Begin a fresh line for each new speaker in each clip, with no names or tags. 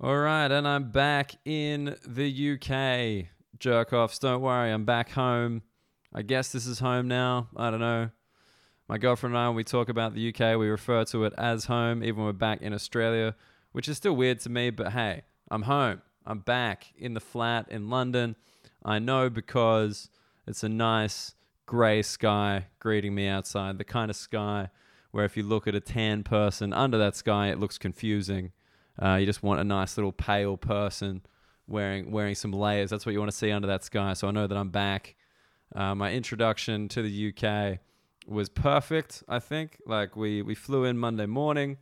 All right, and I'm back in the UK. Jerk offs, don't worry, I'm back home. I guess this is home now. I don't know. My girlfriend and I, when we talk about the UK, we refer to it as home, even when we're back in Australia, which is still weird to me, but hey, I'm home. I'm back in the flat in London. I know because it's a nice grey sky greeting me outside, the kind of sky where if you look at a tan person under that sky, it looks confusing. Uh, you just want a nice little pale person wearing wearing some layers. That's what you want to see under that sky. So I know that I'm back. Uh, my introduction to the UK was perfect. I think like we we flew in Monday morning.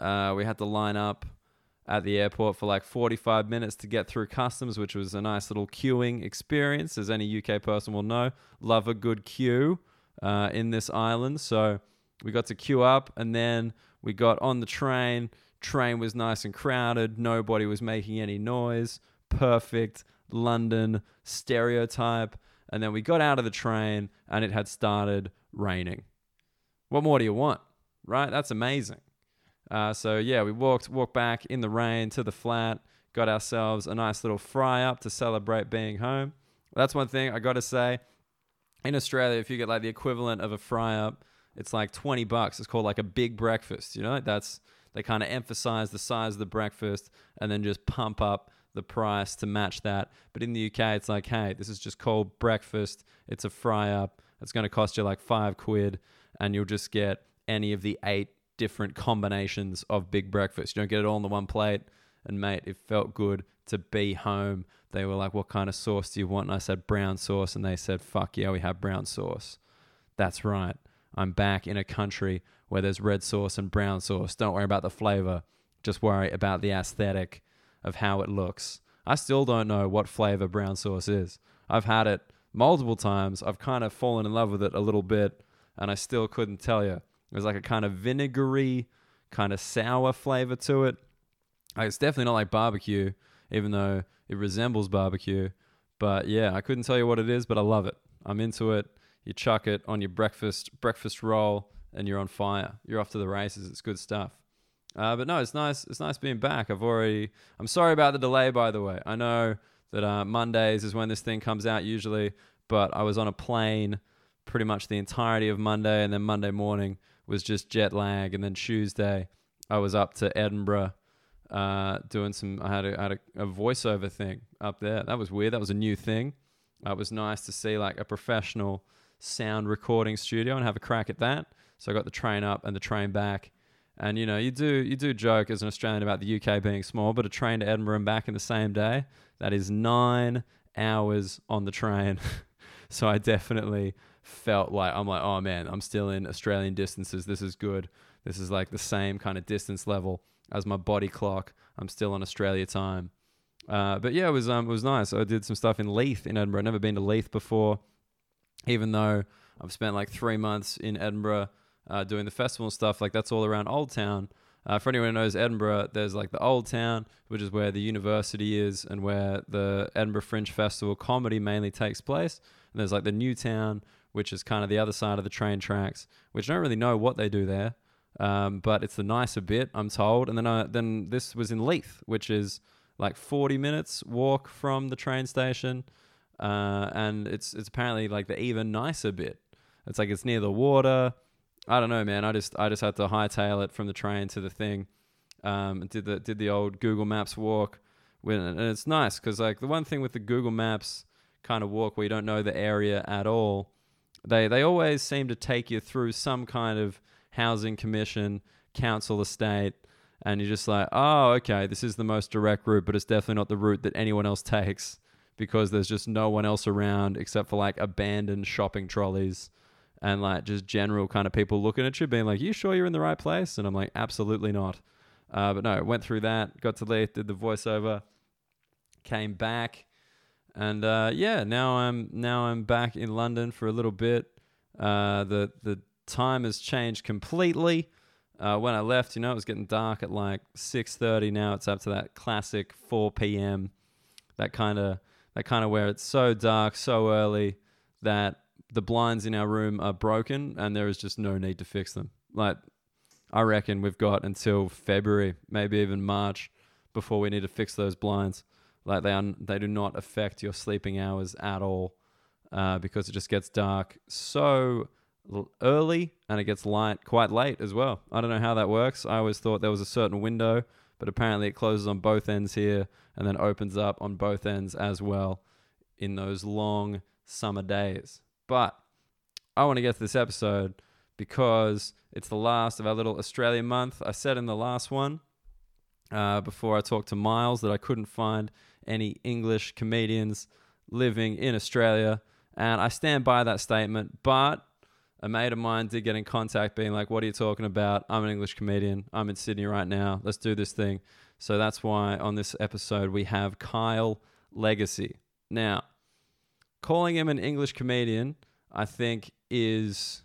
Uh, we had to line up at the airport for like 45 minutes to get through customs, which was a nice little queuing experience, as any UK person will know. Love a good queue uh, in this island. So we got to queue up and then we got on the train. Train was nice and crowded. Nobody was making any noise. Perfect London stereotype. And then we got out of the train and it had started raining. What more do you want? Right? That's amazing. Uh, so yeah, we walked walked back in the rain to the flat, got ourselves a nice little fry up to celebrate being home. That's one thing I got to say. In Australia, if you get like the equivalent of a fry up, it's like twenty bucks. It's called like a big breakfast. You know, that's they kind of emphasize the size of the breakfast and then just pump up the price to match that. But in the UK, it's like, hey, this is just called breakfast. It's a fry up. It's going to cost you like five quid, and you'll just get any of the eight different combinations of big breakfast. You don't get it all on the one plate. And mate, it felt good to be home. They were like, "What kind of sauce do you want?" And I said, "Brown sauce," and they said, "Fuck yeah, we have brown sauce." That's right. I'm back in a country where there's red sauce and brown sauce. Don't worry about the flavor. Just worry about the aesthetic of how it looks. I still don't know what flavor brown sauce is. I've had it multiple times. I've kind of fallen in love with it a little bit, and I still couldn't tell you. It was like a kind of vinegary, kind of sour flavor to it. Like, It's definitely not like barbecue, even though it resembles barbecue. But yeah, I couldn't tell you what it is, but I love it. I'm into it. You chuck it on your breakfast breakfast roll, and you're on fire. You're off to the races. It's good stuff. Uh, but no, it's nice. It's nice being back. I've already. I'm sorry about the delay, by the way. I know that uh, Mondays is when this thing comes out usually, but I was on a plane pretty much the entirety of Monday, and then Monday morning was just jet lag, and then Tuesday I was up to Edinburgh uh, doing some. I had a, I had a, a voiceover thing up there. That was weird. That was a new thing. Uh, it was nice to see like a professional sound recording studio and have a crack at that. So I got the train up and the train back. And you know, you do you do joke as an Australian about the UK being small, but a train to Edinburgh and back in the same day, that is nine hours on the train. so I definitely felt like I'm like, oh man, I'm still in Australian distances. This is good. This is like the same kind of distance level as my body clock. I'm still on Australia time. Uh, but yeah, it was um, it was nice. I did some stuff in Leith in Edinburgh. I've never been to Leith before, even though I've spent like three months in Edinburgh uh, doing the festival and stuff. Like that's all around Old Town. Uh, for anyone who knows Edinburgh, there's like the Old Town, which is where the university is and where the Edinburgh Fringe Festival comedy mainly takes place. And there's like the New Town, which is kind of the other side of the train tracks, which I don't really know what they do there, um, but it's the nicer bit, I'm told. And then I, then this was in Leith, which is like 40 minutes walk from the train station, uh, and it's it's apparently like the even nicer bit. It's like it's near the water. I don't know, man. I just I just had to hightail it from the train to the thing. Um, and did the did the old Google Maps walk, when, and it's nice because like the one thing with the Google Maps kind of walk where you don't know the area at all, they they always seem to take you through some kind of housing commission, council estate, and you're just like, oh, okay, this is the most direct route, but it's definitely not the route that anyone else takes because there's just no one else around except for like abandoned shopping trolleys and like just general kind of people looking at you, being like, "You sure you're in the right place?" And I'm like, "Absolutely not." Uh, but no, went through that, got to Leith, did the voiceover, came back, and uh, yeah, now I'm now I'm back in London for a little bit. Uh, the the time has changed completely. Uh, when I left, you know, it was getting dark at like six thirty. Now it's up to that classic four p.m. That kind of that kind of where it's so dark so early that the blinds in our room are broken and there is just no need to fix them. Like I reckon we've got until February, maybe even March, before we need to fix those blinds. Like they are, they do not affect your sleeping hours at all uh, because it just gets dark so l- early and it gets light quite late as well. I don't know how that works. I always thought there was a certain window, but apparently it closes on both ends here and then opens up on both ends as well in those long summer days. But I want to get to this episode because it's the last of our little Australian month. I said in the last one uh, before I talked to Miles that I couldn't find any English comedians living in Australia. And I stand by that statement, but a mate of mine did get in contact being like, What are you talking about? I'm an English comedian. I'm in Sydney right now. Let's do this thing. So that's why on this episode we have Kyle Legacy. Now, calling him an English comedian, I think, is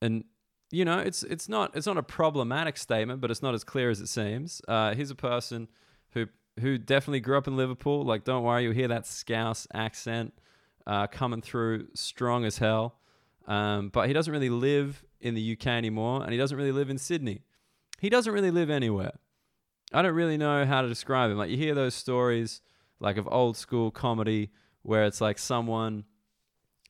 and you know it's it's not it's not a problematic statement, but it's not as clear as it seems. Uh, he's a person who who definitely grew up in Liverpool. Like, don't worry, you'll hear that Scouse accent uh, coming through strong as hell. Um, but he doesn't really live in the UK anymore, and he doesn't really live in Sydney. He doesn't really live anywhere. I don't really know how to describe him. Like you hear those stories like of old school comedy where it's like someone,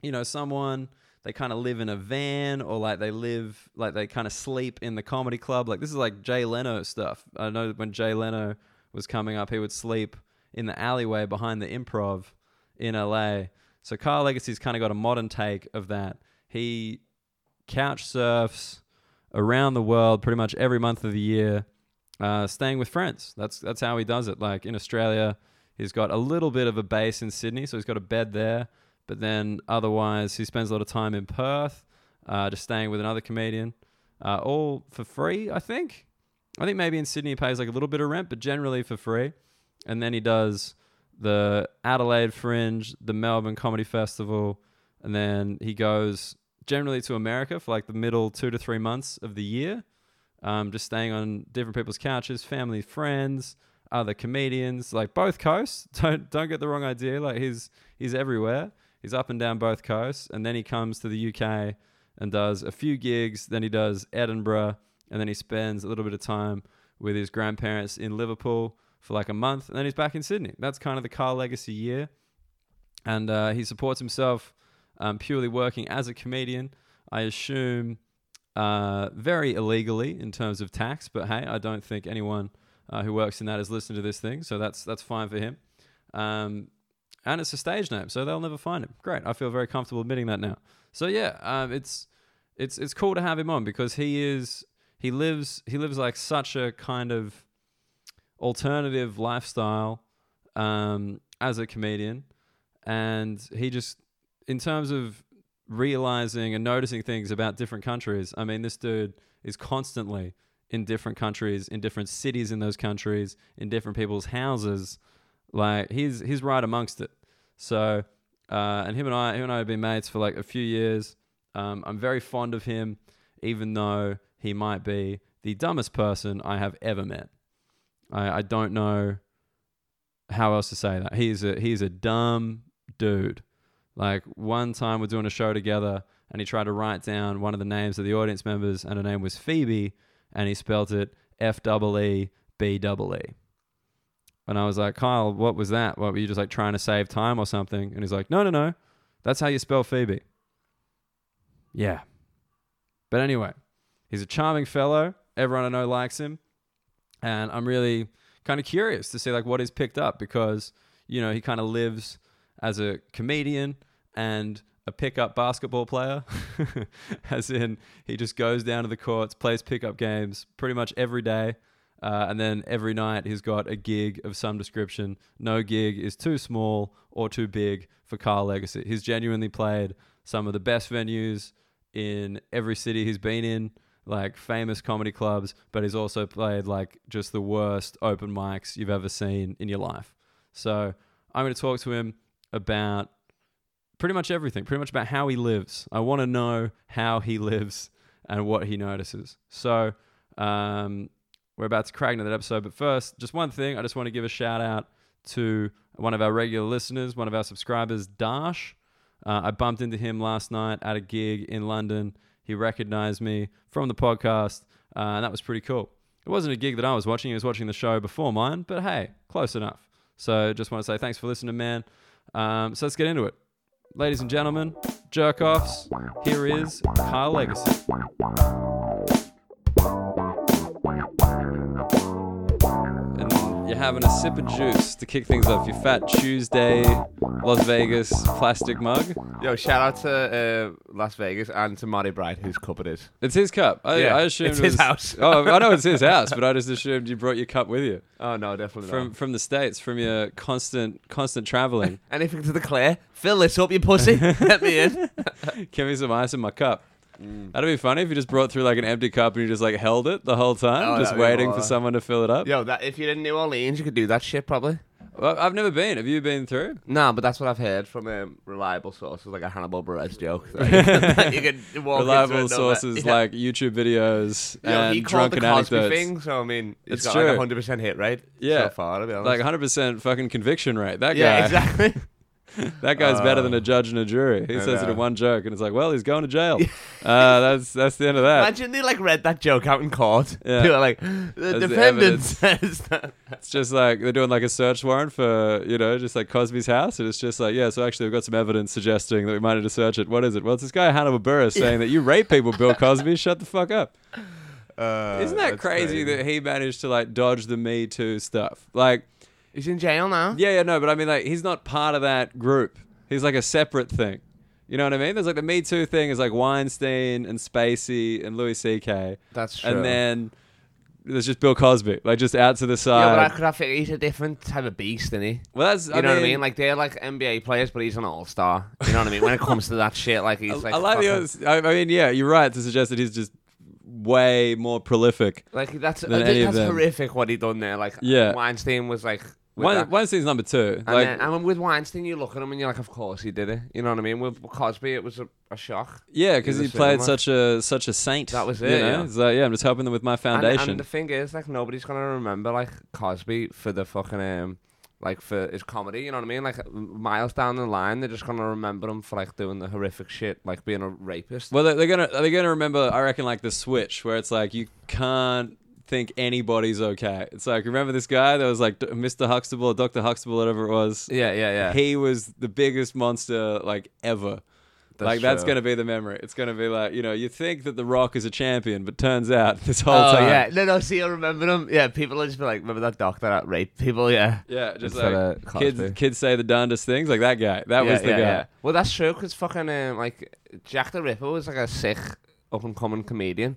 you know, someone they kind of live in a van or like they live like they kind of sleep in the comedy club. Like this is like Jay Leno stuff. I know when Jay Leno was coming up, he would sleep in the alleyway behind the improv in LA. So Carl Legacy's kind of got a modern take of that. He couch surfs around the world pretty much every month of the year, uh, staying with friends. That's that's how he does it. Like in Australia, he's got a little bit of a base in Sydney, so he's got a bed there. But then otherwise, he spends a lot of time in Perth, uh, just staying with another comedian, uh, all for free. I think. I think maybe in Sydney he pays like a little bit of rent, but generally for free. And then he does the Adelaide Fringe, the Melbourne Comedy Festival, and then he goes generally to America for like the middle two to three months of the year, um, just staying on different people's couches, family, friends, other comedians, like both coasts. Don't don't get the wrong idea. Like he's he's everywhere. He's up and down both coasts, and then he comes to the UK and does a few gigs. Then he does Edinburgh, and then he spends a little bit of time with his grandparents in Liverpool for like a month, and then he's back in Sydney. That's kind of the Carl Legacy year, and uh, he supports himself um, purely working as a comedian. I assume uh, very illegally in terms of tax, but hey, I don't think anyone uh, who works in that is listening to this thing, so that's that's fine for him. Um, and it's a stage name, so they'll never find him. Great, I feel very comfortable admitting that now. So yeah, um, it's it's it's cool to have him on because he is he lives he lives like such a kind of alternative lifestyle um, as a comedian, and he just in terms of realizing and noticing things about different countries. I mean, this dude is constantly in different countries, in different cities in those countries, in different people's houses. Like he's he's right amongst it. So uh, and him and I him and I have been mates for like a few years. Um, I'm very fond of him, even though he might be the dumbest person I have ever met. I, I don't know how else to say that. He's a he's a dumb dude. Like one time we're doing a show together and he tried to write down one of the names of the audience members and her name was Phoebe and he spelt it F double E B double E. And I was like, Kyle, what was that? What were you just like trying to save time or something? And he's like, No, no, no. That's how you spell Phoebe. Yeah. But anyway, he's a charming fellow. Everyone I know likes him. And I'm really kind of curious to see like what he's picked up because, you know, he kind of lives as a comedian and a pickup basketball player, as in he just goes down to the courts, plays pickup games pretty much every day, uh, and then every night he's got a gig of some description. No gig is too small or too big for Carl Legacy. He's genuinely played some of the best venues in every city he's been in, like famous comedy clubs, but he's also played like just the worst open mics you've ever seen in your life. So I'm going to talk to him about pretty much everything, pretty much about how he lives. I want to know how he lives and what he notices. So, um, we're about to crack into that episode, but first, just one thing. I just want to give a shout out to one of our regular listeners, one of our subscribers, Dash. Uh, I bumped into him last night at a gig in London. He recognized me from the podcast, uh, and that was pretty cool. It wasn't a gig that I was watching. He was watching the show before mine, but hey, close enough. So just want to say thanks for listening, man. Um, so let's get into it. Ladies and gentlemen, jerk offs, here is Kyle Legacy. And you're having a sip of juice to kick things off your Fat Tuesday Las Vegas plastic mug.
Yo, shout out to uh, Las Vegas and to Marty Bright, whose cup it is.
It's his cup. I,
Yeah,
I assumed
it's
it
his
was-
house.
oh, I know it's his house, but I just assumed you brought your cup with you
Oh no, definitely
from
not.
from the states, from your constant constant traveling.
Anything to declare? Fill this up, you pussy. Let me in.
Give me some ice in my cup.
Mm.
That'd be funny if you just brought through like an empty cup and you just like held it the whole time,
Oh,
just
that'd be
waiting for
baller.
someone to fill it up.
Yo, that if you're in New Orleans, you could do that shit probably.
I- I've never been. Have you been through?
Nah, but that's what I've heard from um, reliable sources, like a Hannibal Buress joke. That you can, that you can walk into
Reliable
another-
sources
Yeah.
like YouTube videos
Yo,
and
he called
drunken
the Cosby
anecdotes.
thing, so I mean, he has
It's
got
true.
like 100% hit rate
Yeah.
so far, to be honest.
Like 100% fucking conviction rate. That
yeah,
guy.
exactly. Oh.
That guy's better than a judge and a jury. He
I
says it
know.
in one joke, and it's like, well, he's going to jail. uh, that's that's the end of that.
Imagine they like read that joke out in court.
Yeah.
They were like, the
the
defendant
evidence.
says that.
It's just like they're doing like a search warrant for you know just like Cosby's house, and it's just like yeah. So actually, we've got some evidence suggesting that we might need to search it. What is it? Well, it's this guy Hannibal Burris saying that you rape people, Bill Cosby. Shut the fuck up.
Uh,
Isn't that
that's
crazy, that he managed to like dodge the Me Too stuff? Like
He's in jail now.
yeah, yeah, no, but I mean like he's not part of that group. He's like a separate thing. You know what I mean? There's like the Me Too thing is like Weinstein and Spacey and Louis C.K.
That's true.
and then there's just Bill Cosby, like just out to the
yeah, but I
side.
could have figured he's a different type of beast, isn't he?
well, that's
You know what I mean? Like they're like NBA players, but he's an all star. You know what I mean? When it comes to that shit, like he's like
I like the
fucking-
others. I, I mean, yeah, you're right to suggest that he's just way more prolific.
like that's I
than any
think
of
that's
them.
horrific what he done there. Like
Yeah.
Weinstein was like. with
One,
that-
one scene's number two.
and,
like,
then, and with Weinstein, you look at him and you're like, "Of course he did it." You know what I mean? With Cosby, it was a, a shock.
yeah, because
he
he
was
played
cinema.
such a such a saint.
That was
you
it,
know?
yeah.
It's like, yeah, I'm just helping them with my
And-
foundation.
And, the thing is, like, nobody's gonna remember like Cosby for the fucking um, like for his comedy. You know what I mean? Like miles down the line, they're just gonna remember him for like doing the horrific shit, like being a rapist.
well, they're, they're gonna they're gonna remember. I reckon like the switch where it's like you can't think anybody's okay. It's like remember this guy that was like D- Mr. Huxtable or Dr. Huxtable, whatever it was.
Yeah, yeah, yeah.
He was the biggest monster like ever. like that's
true.
gonna be the memory. It's gonna be like you know you think that The Rock is a champion, but turns out this whole
Oh
time,
yeah, no, no. See, I remember them. Yeah, people will just be like, "Remember that doctor that raped people?" Yeah,
yeah, just
Instead
like
of Cosby.
kids kids say the darndest things, like that guy. That
yeah,
was the
yeah,
guy.
yeah. Well, that's true because fucking um, like Jack the Ripper was like a sick up and coming comedian.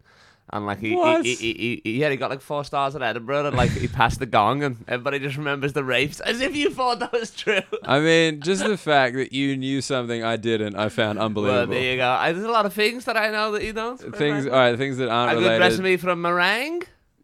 And like he,
What?
he, he, he, he- yeah, he got like four stars at Edinburgh, and like he passed the gong, and everybody just remembers the rapes as if you thought that was true.
I mean, just the fact that you knew something I didn't, I found
Well,
unbelievable.
there you go. I, there's a lot of things that I know that you don't.
things, all right, things that
A
aren't
good
related.
recipe for a meringue.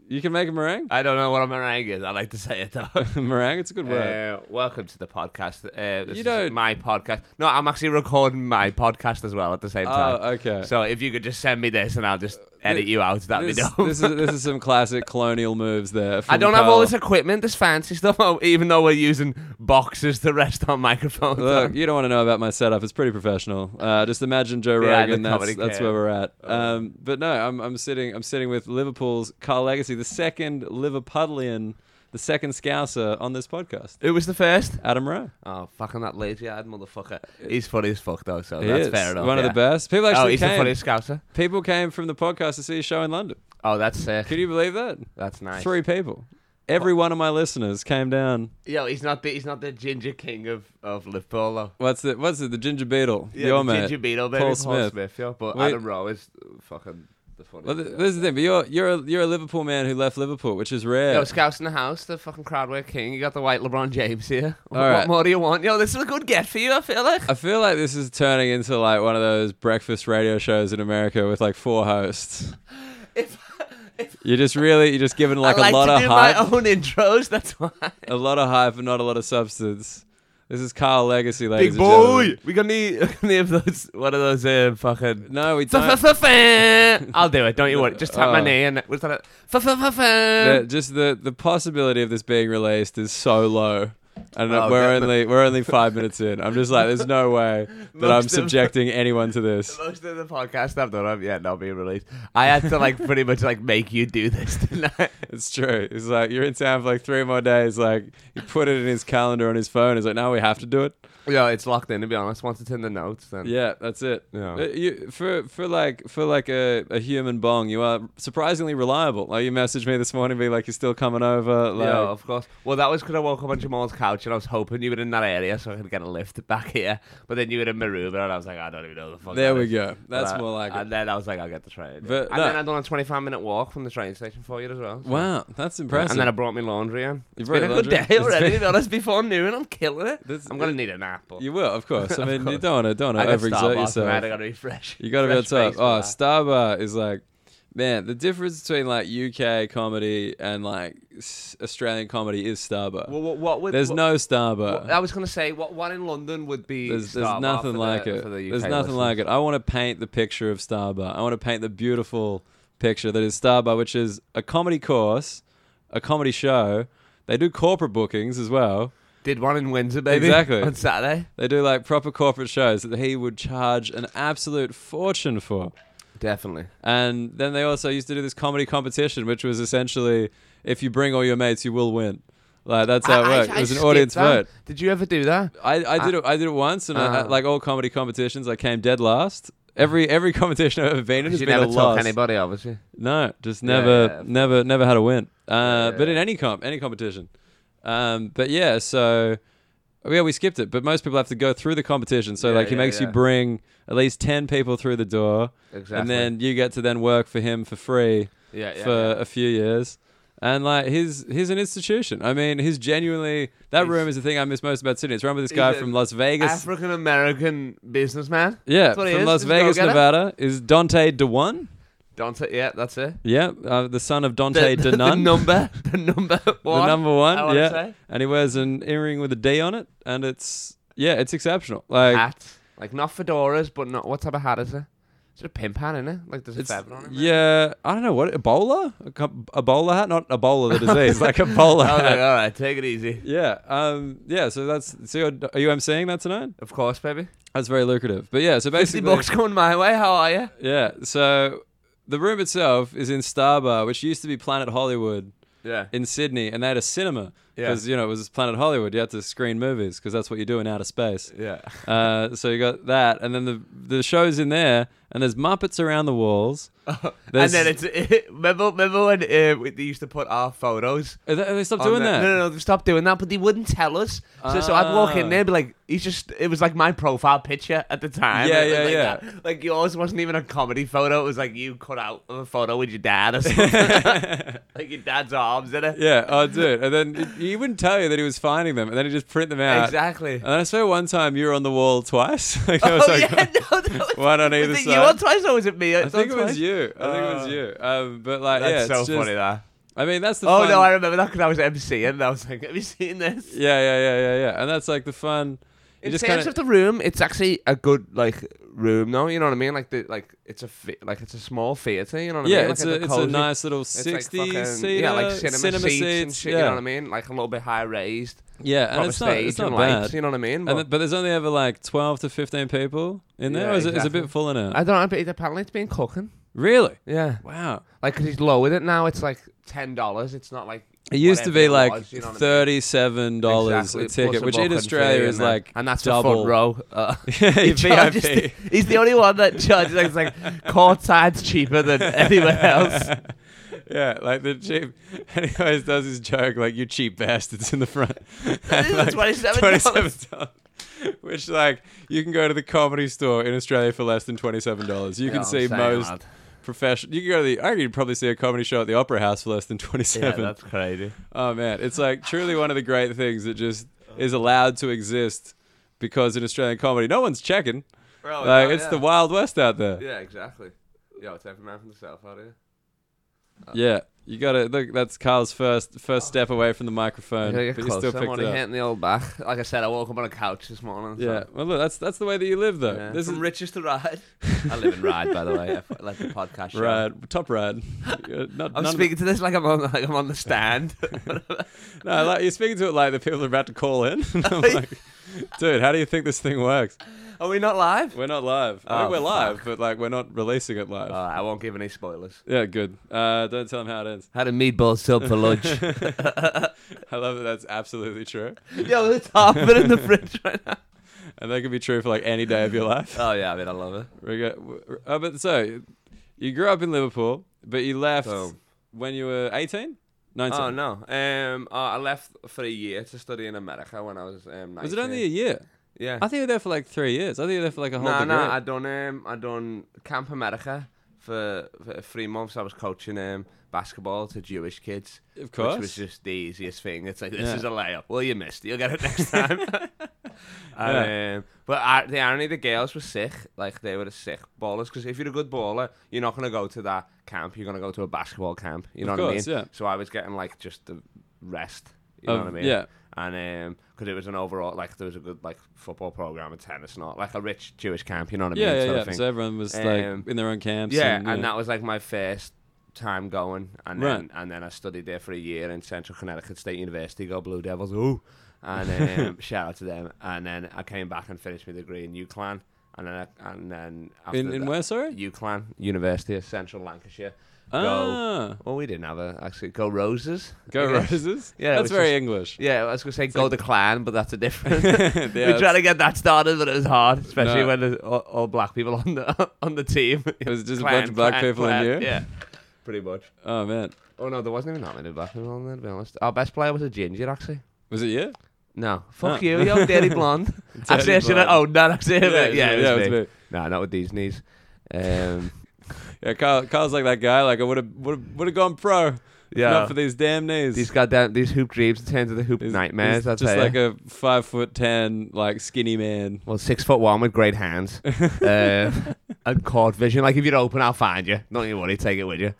You can make a meringue.
I don't know what a meringue is. I like to say it though.
meringue, it's a good word.
Uh, welcome to the podcast. Uh, this
You
is
don't-
my podcast. No, I'm actually recording my podcast as well at the same time.
oh, okay.
So if you could just send me this and I'll just edit you out, that'd
this,
be dope.
this is this is some classic colonial moves there.
I
from
don't have all
Carl.
this equipment, this fancy stuff, oh, even though we're using boxes to rest our microphones.
Look,
on.
you don't want to know about my setup. It's pretty professional. Uh, just imagine Joe
Yeah, the
Rogan. That's,
comedy
that's
can. Oh,
where we're at. Um, but no, I'm, I'm sitting. I'm sitting with Liverpool's Carl Legacy, the second Liverpudlian, the second Scouser on this podcast.
Who was the first?
Adam Rowe.
Oh, fucking that lazy-eyed motherfucker. He's funny as fuck, though, so
He
Oh, that's
is
fair enough.
One of
yeah.
the best. People
Oh,
actually
he's the
came.
funniest scouser.
People came from the podcast to see a show in London.
Oh, that's sick.
Can you believe that?
That's nice.
Three people. Every one of my listeners came down.
Yo, he's not the he's not the ginger king of of Liverpool though.
What's it? What's it? The Ginger Beetle.
Yeah,
Your
the
mate.
ginger beetle,
Paul
baby, Paul
Smith.
Smith. yeah. But
Wait.
Adam Rowe is fucking the funniest.
Well, th- this is the thing. But you're you're a, you're a Liverpool man who left Liverpool, which is rare.
Yo, Scouts in the house, the fucking Crowdware King. You got the white LeBron James here.
All
What
right.
more do you want? Yo, this is a good get for you, I feel like.
I feel like this is turning into like one of those breakfast radio shows in America with like four hosts.
If, if
You're just really you're just given like,
I like
a lot
to
of
do
hype,
my own intros, that's why.
a lot of hype, and not a lot of substance. This is Carl Legacy, ladies and gentlemen.
we gonna need, we gonna need of those, one of those uh, fucking.
No, we don't.
I'll do it. Don't you worry. Just tap my
Oh.
knee and was that a?
the, just the the possibility of this being released is so low. And uh,
Oh,
we're
that-
only we're only five minutes in. I'm just like, there's no way that I'm
Most of-
subjecting anyone to this.
Most of the podcast I've done, I've yeah, not being released. I had to like pretty much like make you do this tonight.
It's true. It's like you're in town for like three more days. Like he put it in his calendar on his phone. He's like, now we have to do it.
yeah, it's locked in. To be honest, once it's in the notes, then
Yeah, that's it.
Yeah.
Uh, You, for for like for like a, a human bong, you are surprisingly reliable. Like you messaged me this morning, be like, you're still coming over. Like,
yeah, of course. Well, that was because I woke up on Jamal's couch and I was hoping you were in that area so I could get a lift back here. But then you were in Maruba and I was like, I don't even know the fuck.
there
that
we
is.
go. That's
But I-
more like it.
And then I was like, I'll get the train.
But
and
no.
then I done a 25 minute walk from the train station for you as well. so-
Wow, that's impressive.
And then I brought my laundry in.
You
It's
brought
been a
your
good
laundry
day
in? It's
already.
been-
to be honest, before noon, I'm killing it.
This-
I'm gonna need a nap. But
you will, of course. I
Of
mean, you
course.
don't want to don't
I
want to
got
overexert
Starbucks
yourself.
tonight, I gotta be fresh.
You gotta be on
fresh
top.
faced
Oh,
for that.
Starbar is like, man, the difference between like UK comedy and like s- Australian comedy is Starbar.
Well, what, what would,
there's
what-
no Starbar.
what- I was gonna say what one in London would be.
there's, there's
Starbucks
nothing
for
like
the,
it.
For the UK
There's nothing like it. I want to paint the picture of Starbar. I want to paint the beautiful picture that is Starbar, which is a comedy course, a comedy show. They do corporate bookings as well.
Did one in Windsor, baby.
Exactly.
On Saturday.
They do like proper corporate shows that he would charge an absolute fortune for.
Definitely.
And then they also used to do this comedy competition, which was essentially if you bring all your mates, you will win. Like that's how it worked. it was an audience vote.
Did you ever do that?
I, I did it. I did it once, and I, I-
Ah.
like all comedy competitions, I came dead last. Every every competition I've ever been in has
you
been
never
a
took
loss.
anybody, obviously.
No, just
Yeah,
never,
yeah.
never, never had a win. Uh, But
Yeah.
in any comp, any competition. Um, but yeah, so oh, yeah, we skipped it. But most people have to go through the competition. So
Yeah,
like, he
yeah,
makes you
yeah.
bring at least ten people through the door,
Exactly.
and then you get to then work for him for free
yeah, yeah,
for
yeah.
a few years. And like he's he's an institution. I mean, he's genuinely that
He's-
room is the thing I miss most about Sydney. It's run by this guy
he's a
from Las Vegas.
African American businessman.
yeah,
what
from
he is.
Las
He's a
Vegas,
go-getter.
Nevada, is Dante DeWan.
Dante. Yeah, that's it.
Yeah, uh, the son of Dante
the, the
DeNunn,
number. The number one.
the number
I
one.
wanna
Yeah,
say.
and he wears an earring with a D on it, and it's yeah, it's exceptional. Like
Hat. Like not fedoras, but not what type of hat is it? Is it a pimp hat in it? Like there's a
it's
feather on it.
yeah, I don't know what Ebola, a co- Ebola hat, not Ebola the disease, like Ebola
I was like,
hat.
all right, take it easy.
Yeah, um, yeah. So that's so you're, are you emceeing that tonight?
Of course, baby.
That's very lucrative. But yeah, so
Fifty
basically,
bucks coming my way. How are you?
yeah. So the room itself is in Starbar, which used to be Planet Hollywood
Yeah.
in Sydney, and they had a cinema
Yeah.
because you know it was Planet Hollywood. You had to screen movies because that's what you do in outer space.
Yeah.
Uh, so you got that, and then the the show's in there, and there's Muppets around the walls.
and
There's-
then it's remember remember when uh, we- they used to put our photos
Uh, They, they stopped
on
doing
the-
that.
No, no, no, stop doing that. But they wouldn't tell us. So, so I'd walk
Ah.
in there, and be like, "He's just." It was like my profile picture at the time.
Yeah,
It was
yeah,
like
yeah.
that. Like yours wasn't even a comedy photo. It was like you cut out of a photo with your dad or something, like your dad's arms in it.
yeah, oh dude, and then he he wouldn't tell you that he was finding them, and then he just print them out.
Exactly.
And then I swear one time you were on the wall twice. like, I
oh
was like,
yeah, no, that was,
one on either
was it
side.
you on twice or was it me?
I think it was you. I think it was
Uh,
you. Um, but like, yeah,
That's
it's
so
just-
funny that.
I mean, that's the
Oh
fun.
no, I remember that because I was MC and I was like, "Have you seen this?"
yeah, yeah, yeah, yeah, yeah, and that's like the fun. You
In
just
terms
kind
of the room, it's actually a good like room, though. You know what I mean? Like the like it's a fi- like it's a small theater. You know what I
yeah,
mean? Like,
it's a it's a
cozy-
nice little
it's
sixty
like fucking,
seater,
yeah, like cinema, seats, and shit.
yeah,
You know what I mean? Like a little bit high raised,
yeah, and
proper
it's not
stage
it's not
and
bad.
lights. You know what I mean? But
And th- but there's only ever like 12 to 15 people in there.
Yeah,
or is it, is it a
exactly.
bit full in
I
it?
don't know. But apparently, it's been cooking.
Really?
Yeah,
Wow.
like because he's lowered it now. It's like ten dollars. It's not like
It used to
whatever
be
it
like
was, you know what I mean?
$37
Exactly,
a
plus
ticket, which in
buck and
Australia
fee
is
and then-
like
and that's
double.
a front row. Uh,
Yeah,
charges
VIP.
the- he's the only one that charges like, it's like courtside's cheaper than anywhere else.
yeah, like the cheap. And he always does his joke, like, you cheap bastards in the front. And, like,
$27.
$27. Which, like, you can go to the comedy store in Australia for less than $27. You
Yeah,
can
I'm
see
saying,
most
lad.
professional. You can go to the. I could probably see a comedy show at the Opera House for less than
Yeah,
27
that's crazy.
Oh man, it's like truly one of the great things that just is allowed to exist because in Australian comedy, no one's checking.
Oh,
Like it's the Wild West out there.
yeah, exactly. Yo, it's every man for himself out here.
Yeah. You got it. Look, that's Carl's first first step away from the microphone,
Oh. Gotta get
but you still
closer. I'm
picked
only
it up.
hitting the old back. Like I said, I woke up on a couch this morning. so-
Yeah. Well, look, that's that's the way that you live, though.
Yeah.
This
From
is
riches to ride. I live in ride, by the way. if- Like the podcast. Show.
rad, top rad. You're Not,
I'm
none of-
speaking to this like I'm on like I'm on the stand.
No, like, you're speaking to it like the people are about to call in. I'm like, dude, how do you think this thing works?
Are we not live?
We're not live. I think
Oh,
we're live, but like we're not releasing it live.
Uh, I won't give any spoilers.
yeah, good. Uh, don't tell them how it ends.
Had a meatball sub for lunch.
I love that. That's absolutely true,
Yo, it's half of it in the fridge right now.
and that could be true for like any day of your life.
Oh yeah, I mean I love it.
We got- w- w- uh, but so, you grew up in Liverpool, but you left
Boom.
when you were 18? 19?
Oh no. Um, oh, I left for a year to study in America when I was um. 19.
Was it only a year?
Yeah.
I think you were there for like three years. I think you were there for like a whole
No,
degree.
no, I done um, I done Camp America for, for three months. I was coaching um basketball to Jewish kids,
of course.
which was just the easiest thing. It's like this
Yeah.
is a layup. Well, you missed. You'll get it next time. and,
Yeah.
um, but I, the irony, the girls were sick. Like they were the sick ballers. Because if you're a good baller, you're not gonna go to that camp. You're gonna go to a basketball camp. You know
Of
what
course,
I mean?
yeah.
So I was getting like just the rest. You know
Of-
what I mean?
Yeah.
and because it was an overall like there was a good like football program and tennis and all like a rich Jewish camp, you know what I mean?
yeah, yeah,
sort
yeah.
of thing.
So everyone was like
Um,
in their own camps.
yeah,
and,
and,
yeah.
that was like my first time going, and
Right.
then and then I studied there for a year in Central Connecticut State University. Go Blue Devils! Ooh, and um, shout out to them. And then I came back and finished my degree in UCLan, and then I, and then after
in, in
that-
where, sorry?
UCLan University of Central Lancashire.
Ah,
Well, we didn't have a actually go roses. I
go
guess.
roses.
Yeah, it
that's
was
very
just-
English.
Yeah, I was gonna say go the clan, but that's a different.
Yeah,
we tried
it's-
to get that started, but it was hard, especially
No.
when there's all, all black people on the on the team. It
was just a bunch of black people and you?
Yeah, pretty much.
Oh man,
Oh no, there wasn't even that many black people on there. To be honest, our best player was a ginger, actually.
was it you?
No, fuck
No.
you, yo, dirty blonde. actually, I should have. Oh, no, actually, yeah, yeah, yeah, it was me.
me.
Nah, not with these knees. Um,
Yeah, Carl, Carl's like that guy. Like I would have, would have, would have gone pro. Yeah,
yeah,
not for these damn knees.
these goddamn these hoop dreams turn to the hoop
He's-
nightmares.
he's
That's
just like a five foot ten, like skinny man.
Well, six foot one with great hands um, and court vision. Like if you're open, I'll find you. Don't you worry, take it with you.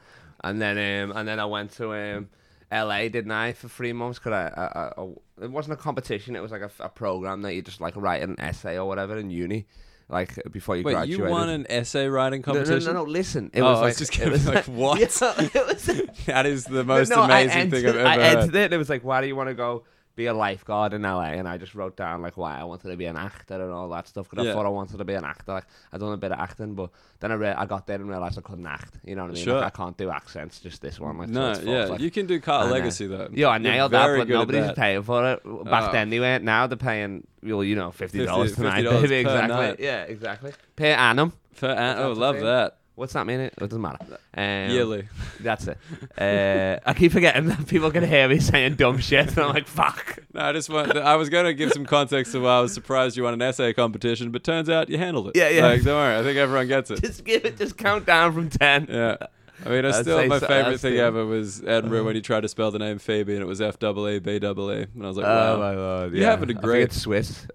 And then, um, and then I went to um, L.A. didn't I for three months? Cause I, I, I, I- it wasn't a competition. It was like a, a program that you just like write an essay or whatever in uni, like before you
Wait,
graduated.
you won an essay writing
no, no,
competition?
no, no, Listen, it
Oh,
was
I
like
was just
it
gonna
was
be like, what?
Yeah, it was,
That is the most
no, I
amazing thing I've
entered-
ever
I
heard.
entered it and it was like, why do you want to go be a lifeguard in LA? And I just wrote down like why I wanted to be an actor and all that stuff because
Yeah.
I thought I wanted to be an actor. Like I done a bit of acting, but then I re- I got there and realized I couldn't act. You know what I mean?
Sure.
Like, I can't do accents. Just this one. Like, so
No,
it's false,
yeah,
like-
you can do Carl
I know.
Legacy though.
Yo, I
You're
nailed that,
very
but
good at
nobody's
that.
paying for it. Back
Oh.
then they weren't. Now they're paying, well, you know, fifty dollars
$50
tonight.
per
baby, exactly.
night.
Yeah, exactly. Per annum.
For,
that
oh,
the
love
thing?
that.
What's that mean? It it doesn't matter. Um,
Yearly.
that's it. Uh, I keep forgetting that people can hear me saying dumb shit, and I'm like, fuck.
No, I just want. I was going to give some context to why I was surprised you won an essay competition, but turns out you handled it.
Yeah, yeah.
Like, don't worry. I think everyone gets it.
Just give it. Just count down from ten.
Yeah. I mean, I
I'd
still
say
my
so-
favorite
I'd
thing
still-
ever was Edinburgh when he tried to spell the name Phoebe and it was F double E B double E, and I was like, wow,
Oh my god!
You
yeah.
have a
I think
degree.
It's Swiss.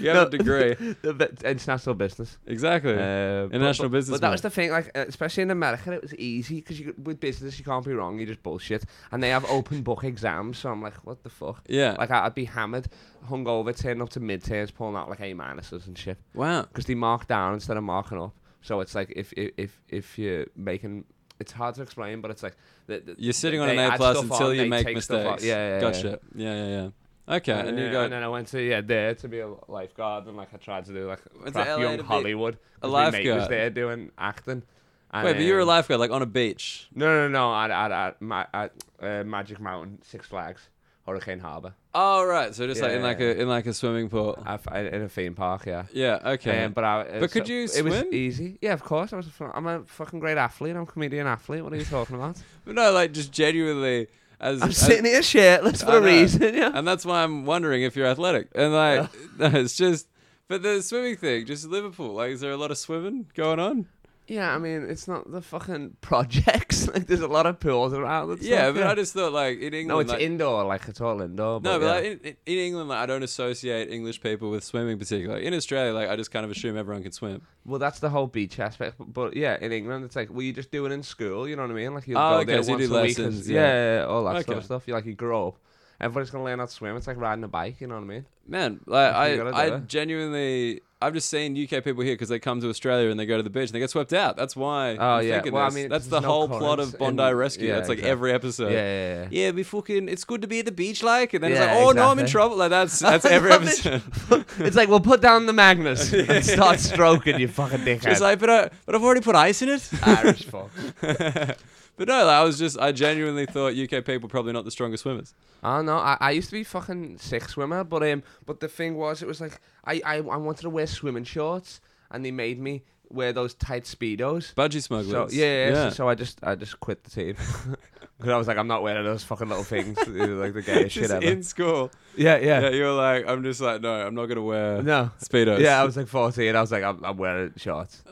you have
No.
a degree,
The bit- international business.
exactly.
Uh,
International
but,
business
But that was
man.
the thing, like uh, especially in America, it was easy because you, could- with business you can't be wrong. You just bullshit, and they have open book exams. So I'm like, what the fuck?
yeah.
Like I- I'd be hammered, hungover, turning up to midterms, pulling out like A minuses and shit.
wow.
because they mark down instead of marking up. So it's like if if if, if you're making it's hard to explain, but it's like the, the-
You're sitting on
they
an
add
A plus
stuff
until
on,
you
they
make
take stuff off.
mistakes.
Yeah, yeah, yeah.
Gotcha. Yeah, yeah, yeah. Okay,
and,
and you
yeah,
go.
and then I went to yeah there to be a lifeguard and like I tried to do like
Went to
crap
LA
young
to be
Hollywood.
a
'cause my mate was
lifeguard.
there doing acting. And,
Wait, but you were a
um,
lifeguard, like on a beach.
No, no, no. At at at, Ma- at uh, Magic Mountain, Six Flags, Hurricane Harbor,
Oh right, so just like in
Yeah.
like a in like a swimming pool.
I, I, in a theme park. Yeah.
Yeah. Oh. Okay.
Um, but I, uh,
But could you
it was
swim?
easy. Yeah, of course. I was. a fu- I'm a fucking great athlete. I'm a comedian athlete. What are you talking about?
But no, like just genuinely as
I'm
as-
sitting here shirtless
I
for a
know.
reason, yeah.
and that's why I'm wondering if you're athletic. And like no, it's just but the swimming thing, just Liverpool. Like, is there a lot of swimming going on?
Yeah, I mean, it's not the fucking projects. Like, there's a lot of pools around. and
yeah,
stuff,
but I just thought like in England.
no, it's
like-
indoor. Like it's all indoor. But
No, but
yeah.
like, in, in England, like, I don't associate English people with swimming particularly. In Australia, like I just kind of assume everyone can swim.
well, that's the whole beach aspect. But, but yeah, in England, it's like, well, you just do it in school. You know what I mean? Like you
Oh,
go
okay,
there
so you
once
do
a week. and-
lessons,
yeah.
yeah.
yeah, all that sort of
Okay.
stuff. You like you grow up. Everybody's gonna learn how to swim. It's like riding a bike. You know what I mean?
Man, like
That's what you
I,
gotta
I
do.
genuinely, I've just seen UK people here because they come to Australia and they go to the beach and they get swept out. That's why.
Oh,
I'm
yeah.
thinking
Well, I
this.
mean,
that's the
there's no
whole plot
currents
of Bondi
in-
Rescue.
yeah,
that's like
exactly.
every episode.
yeah, yeah, yeah.
Yeah, we fucking. It's good to be at the beach, like, and then it's
Yeah,
like, oh no, I'm in
exactly.
trouble. Like that's
I
that's every
love it.
episode.
it's like, well, put down the Magnus and start stroking you fucking dickhead.
It's like, but I, but I've already put ice in it.
Irish fuck.
But no, like, I was just, I genuinely thought UK people probably not the strongest swimmers.
I don't know. I, I used to be fucking sick swimmer, but um, but the thing was, it was like I, I, I wanted to wear swimming shorts, and they made me wear those tight speedos.
Budgie
So
smugglers.
yeah, yeah, So, so I just I just quit the team because I was like I'm not wearing those fucking little things It was like the gayest shit
Just
ever.
in school.
yeah, yeah,
Yeah. you were like, I'm just like, no, I'm not gonna wear
no.
speedos.
Yeah, I was like 14. I was like, I'm, I'm wearing shorts.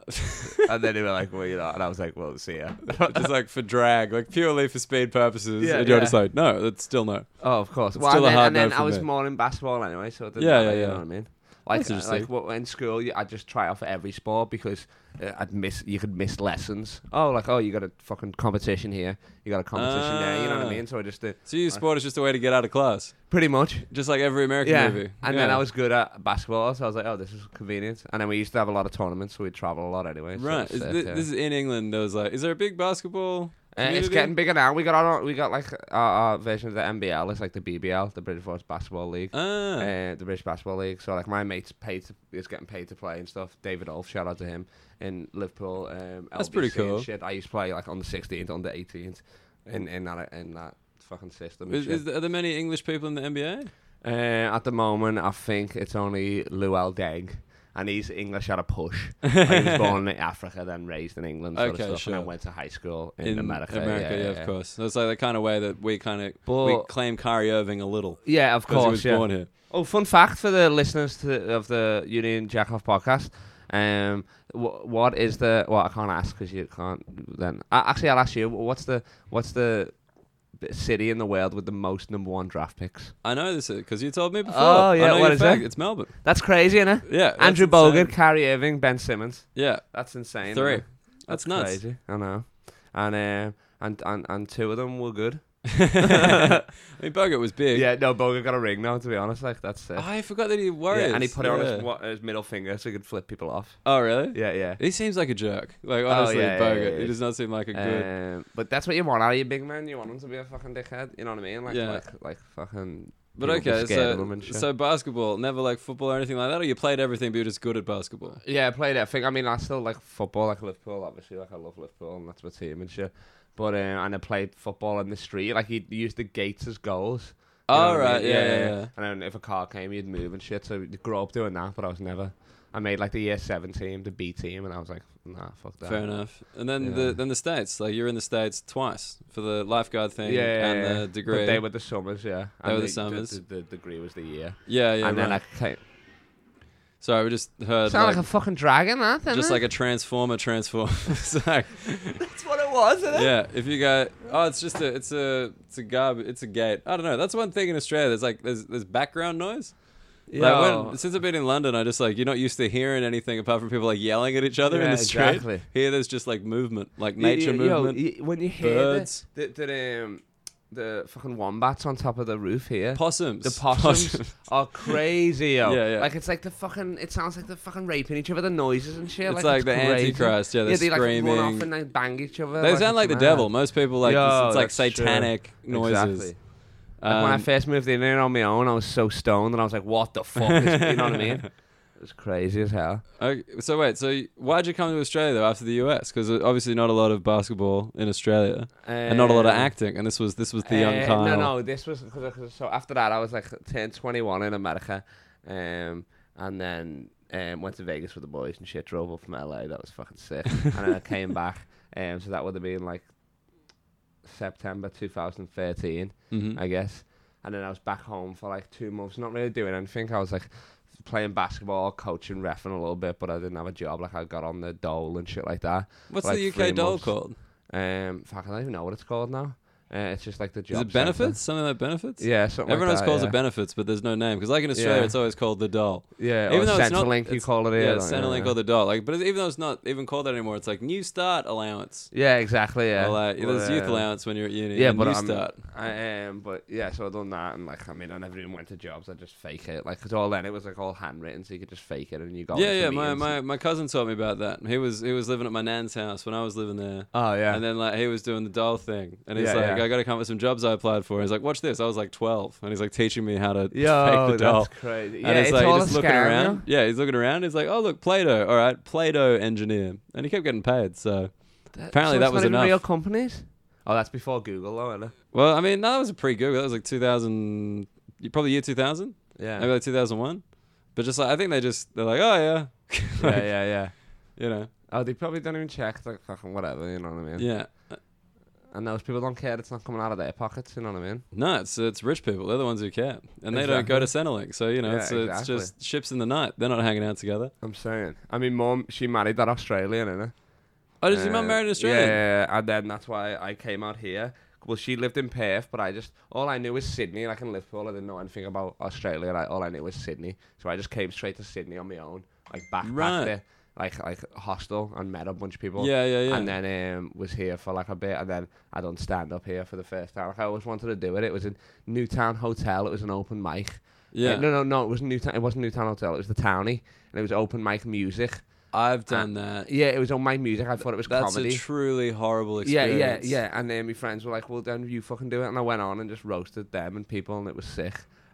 and then they were like, well, you know, and I was like, well, see ya.
just like for drag, like purely for speed purposes.
Yeah,
and you're
yeah.
just like, no, that's still no.
Oh, of course. Well,
Still a
and then,
hard
and
no
then
for
I was
me.
more in basketball anyway, so it didn't
Yeah,
matter,
yeah,
you
yeah.
know what I mean? Like,
That's
uh,
interesting.
like well, in school, you- I'd just try out for every sport because uh, I'd miss. You could miss lessons. Oh, like oh, you got a fucking competition here, you got a competition there. You know what
Ah.
I mean? So I just did
So you use sport is just a way to get out of class,
pretty much.
just like every American
Yeah,
movie.
and
Yeah.
then I was good at basketball, so I was like, "Oh, this is convenient." And then we used to have a lot of tournaments, so we'd travel a lot anyway. so
right.
it's
Is
safe,
thi-
yeah.
this is in England. There was like, is there a big basketball?
Uh, it's
community?
getting bigger now. We got our, we got like our, our version of the NBL. It's like the BBL, the British Force Basketball League.
Ah,
uh, the British Basketball League. So like my mate's paid to, is getting paid to play and stuff. David Olf, shout out to him in Liverpool. Um,
That's
LBC
pretty
and
cool.
Shit, I used to play like on the 16th, on the 18th, in in that in that fucking system. and
is,
shit.
is there, are there many English people in the NBA?
uh, at the moment, I think it's only Luel Deng. And he's English at a push. Like, he was born in Africa, then raised in England, sort
Okay,
of stuff,
sure.
and then went to high school in, America.
America, yeah, of course. That's like the kind of way that we kind of we
But-
claim Kyrie Irving a little
Yeah, of
because
course.
he was
yeah.
born here.
Oh, fun fact for the listeners to, of the Union Jackoff podcast. Um, wh- what is the? Well, I can't ask because you can't. Then uh, actually, I'll ask you. wh- What's the? What's the b- city in the world with the most number one draft picks?
I know this because you told me before.
Oh,
I
yeah,
know
what
your
is
fact.
it?
It's Melbourne.
That's crazy, innit?
Yeah, that's
Andrew
insane.
Bogut, Kyrie Irving, Ben Simmons.
Yeah,
That's insane.
three.
innit?
That's, nuts.
Crazy. I know. And um, and and and two of them were good.
I mean, Bogut was big.
Yeah, no, Bogut got a ring now. To be honest, like that's it.
I forgot that Ah, he
yeah,
worried.
and he put it on his,
Yeah.
wa- his middle finger so he could flip people off.
Oh, really?
Yeah, yeah.
He seems like a jerk. Like honestly,
Oh, yeah, yeah,
Bogut.
yeah,
He
yeah.
does not seem like a good.
Um, but that's what you want out of your big man. You want him to be a fucking dickhead. You know what I mean? Like,
Yeah.
like, like fucking.
but
people be
okay,
scared of
so
him and shit.
so basketball, never like football or anything like that. Or you played everything, but you're just good at basketball.
Yeah, I played that thing. I mean, I still like football, like Liverpool, obviously. Like, I love Liverpool, and that's my team and shit. But uh, and I played football in the street. Like, you used the gates as goals. You know
All
what I
Oh, right,
mean?
yeah, yeah, yeah.
And then if a car came, you'd move and shit. So you grow up doing that. But I was never. I made like the year seven team, the B team, and I was like, nah, fuck that.
Fair enough. And then
Yeah.
the then the states, like you're in the states twice for the lifeguard thing
Yeah, yeah,
and
yeah.
the degree.
But they were the summers, yeah.
They
And
were the
the-
summers.
The, the, the degree was the year.
yeah, yeah.
and then
right.
I came,
Sorry, we just heard
Sound
like,
like, a fucking dragon, that.
just like a transformer transform. it's like,
that's what it was, isn't
yeah, if you go, oh, it's just a, it's a, it's a garb, it's a gate. I don't know. That's one thing in Australia. There's like, there's, there's background noise. Like
Oh.
when, since I've been in London, I just like you're not used to hearing anything apart from people like yelling at each other in
Yeah,
the street.
exactly.
Here, there's just like movement, like nature movement.
when you hear
birds.
the, the, the, um, the fucking wombats on top of the roof here,
possums.
the possums are crazy, yo.
Yeah, yeah.
Like it's like the fucking. It sounds like they're fucking raping each other. The noises and shit.
It's like the
crazy.
Antichrist, yeah, they're
they like run
screaming.
off and like bang each other.
They sound
it's
like the
mad.
devil. Most people like
Yo,
it's, it's like
that's true.
satanic noises.
Exactly. Like when I
Um,
first moved in here on my own, I was so stoned, and I was like, "What the fuck?" is- you know what I mean? It was crazy as hell.
Okay, so wait, so y- why'd you come to Australia though after the US? Because uh, obviously not a lot of basketball in Australia, and not a lot of
Um,
acting. And this was this was the young
Uh,
Kyle.
No, no, this was cause, 'cause- so after that I was like turned 21 in America, um, and then um, went to Vegas with the boys and shit. Drove up from LA. That was fucking sick. and then I came back. Um, so that would have been like September 2013,
Mhm.
Mm-hmm.
Hmm.
I guess. And then I was back home for like two months, not really doing anything. I was like playing basketball, coaching, refing a little bit, but I didn't have a job. Like I got on the dole and shit like that.
What's
like
the
three
UK dole
months.
called?
Um, fuck, I don't even know what it's called now. Uh, it's just like the job.
Is it
centre.
benefits? Something like benefits?
Yeah, something
Everyone
like
else
that,
calls
yeah.
it benefits, but there's no name because, like in Australia,
Yeah.
it's always called the doll.
Yeah,
Even
or
though it's not-
Centrelink, you
it's-
call it.
Yeah,
here,
it's
like,
Centrelink
yeah.
or the doll. Like, but even though it's not even called that anymore, it's like New Start allowance.
Yeah, exactly. Yeah,
Or like, there's
Well,
youth
um,
allowance when you're at uni.
Yeah,
and
but
New
I'm-
Start.
I am, but yeah, so I done that, and like, I mean, I never even went to jobs. I just fake it, like, cause all then it was like all handwritten, so you could just fake it, and you got
Yeah, yeah. My, my, my cousin taught me about that. He was he was living at my nan's house when I was living there.
oh yeah,
And then like he was doing the doll thing, and he's
Yeah,
like,
yeah.
"I got to come up with some jobs I applied for." And he's like, "Watch this." I was like twelve, and he's like teaching me how to
yo,
fake the doll.
that's crazy.
and
yeah,
it's,
it's,
like
all
he's just
a
looking
scam,
around.
yeah?
Yeah, he's looking around. He's like, "Oh look, Play-Doh. All right, Play-Doh engineer." And he kept getting paid. So Apparently
so
that
it's
was
not even
enough.
real companies. Oh, that's before Google, though, isn't it?
well, I mean, no, that was a pre-Google. That was like 2000, probably year 2000,
Yeah,
maybe like 2001. But just like I think they just they're like, "Oh yeah,
yeah,
Like,
yeah, yeah.
you know,
Oh, they probably don't even check, like, fucking whatever, you know what I mean?
yeah."
And those people don't care; it's not coming out of their pockets, you know what I mean?
No, it's it's rich people. They're the ones who care, and they don't go to Centrelink. So you know,
Yeah,
it's, uh,
exactly.
it's just ships in the night. They're not hanging out together.
I'm saying. I mean, mum, she married that Australian, innit?
Oh, did your mum
Uh,
marry an Australian?
Yeah, and then that's why I came out here. Well, she lived in Perth, but I just all I knew was Sydney. Like in Liverpool, I didn't know anything about Australia. Like all I knew was Sydney, so I just came straight to Sydney on my own, like back
Right.
there, like like hostel, and met a bunch of people.
yeah, yeah, yeah.
And then um, was here for like a bit, and then I done stand up here for the first time. Like I always wanted to do it. It was in Newtown Hotel. It was an open mic.
yeah.
Uh, no, no, no. It was Newtown. It wasn't Newtown Hotel. It was the Townie, and it was open mic music.
I've
uh,
done that.
Yeah, it was on my music. I thought it was
That's
comedy.
a truly horrible
Yeah,
experience.
yeah, yeah. And then my friends were like, "Well, then you fucking do it." And I went on and just roasted them and people, and it was sick.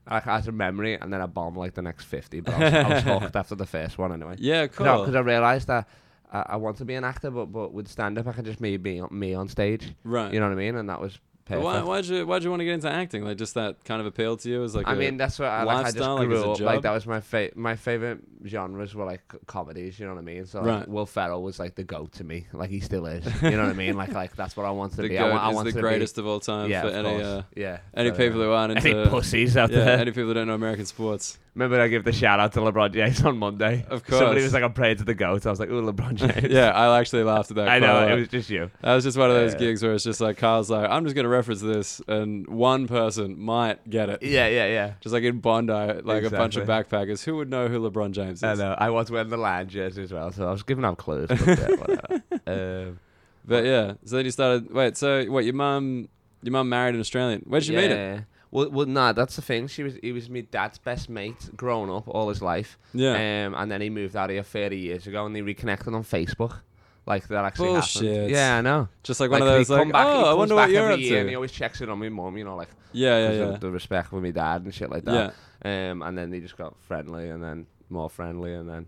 Like I had a memory, and then I bombed like the next fifty. But I was, I was hooked after the first one anyway.
Yeah, cool.
No, because I realised that I, I want to be an actor, but but with stand up, I could just be me, me on stage.
right.
You know what I mean? And that was
But
perfect.
why, why'd you why'd you want to get into acting? Like, just that kind of appealed to you as like.
I
a-
mean, that's what I, like, I just
lifestyle, like,
grew
as a
up. Like
job?
that was my fa- my favorite genres were like c- comedies. You know what I mean? So like,
Right.
Will Ferrell was like the go to me. Like he still is. You know what I mean? Like like that's what I wanted
the
to be.
goat
I, wa- I
is
wanted
the
to be-
greatest of all time for
of
any
course.
uh,
yeah.
any
so,
people who aren't
any
into
pussies out
yeah,
there.
any people who don't know American sports.
Remember, I gave the shout out to LeBron James on Monday.
Of
somebody
course.
was like, "I'm praying to the goats." I was like, "Ooh, LeBron James."
yeah, I actually laughed at that.
I
quite a
know
lot.
it was just you.
That was just one of those
Yeah.
gigs where it's just like Carl's like, I'm just gonna reference this, and one person might get it.
Yeah, yeah, yeah.
Just like in Bondi, like a bunch of
Exactly.
backpackers, who would know who LeBron James is?
I know. I was wearing the Lion jersey as well, so I was giving out clues. But, yeah, whatever. um,
But yeah, so then you started. Wait, so what? Your mum, your mum married an Australian. Where'd you meet her?
yeah. Well, well, nah. That's the thing. She was. He was my dad's best mate growing up all his life.
Yeah,
Um, and then he moved out here 30 years ago, and they reconnected on Facebook. Like that actually
Bullshit.
happened. Yeah, I know.
just like one of those.
he'd come
Like,
back- he'd
oh, I
comes
wonder what
back
you're
every
up to.
year And he
Yeah,
always checks in on my mum, you know, like
yeah,
'cause of
yeah.
the respect with my dad and shit like that.
Yeah,
Um, and then they just got friendly, and then more friendly, and then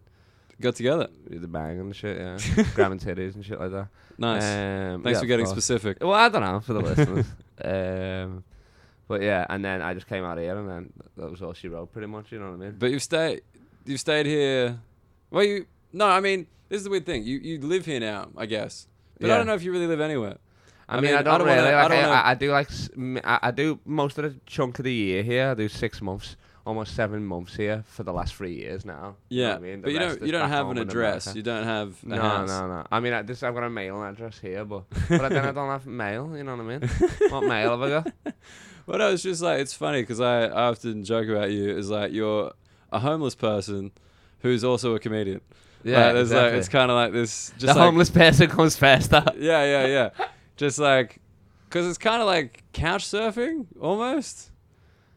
got together.
the bang and shit, yeah, grabbing titties and shit like that.
Nice.
Um,
Thanks
yeah,
for
of
getting
course.
specific.
Well, I don't know for the listeners. um, but yeah, and then I just came out here, and then that was all she wrote, pretty much. You know what I mean?
But you've stayed, you've stayed here. Well, you no, I mean, this is the weird thing. You you live here now, I guess. But I
Yeah.
don't know if you really live anywhere.
I,
I
mean,
mean,
I don't,
I don't
really.
wanna- I
like, I,
don't wanna-
I, I do like. s- m- I, I do most of the chunk of the year here. I do six months, almost seven months here for the last three years now. You know
Yeah,
what I mean? The
but you
rest
don't
is
you don't
back
have
home
an
in
address.
America.
You don't have a
No,
house.
no, no. I mean, I, this I've got a mailing address here, but but then I don't have mail. You know what I mean? what mail have I got?
But I was just like, it's funny because I, I often joke about you is like you're a homeless person who's also a comedian. like, there's like it's kind of like this. Just
the
like,
homeless person comes first. up.
Yeah, yeah, yeah. just like, because it's kind of like couch surfing almost,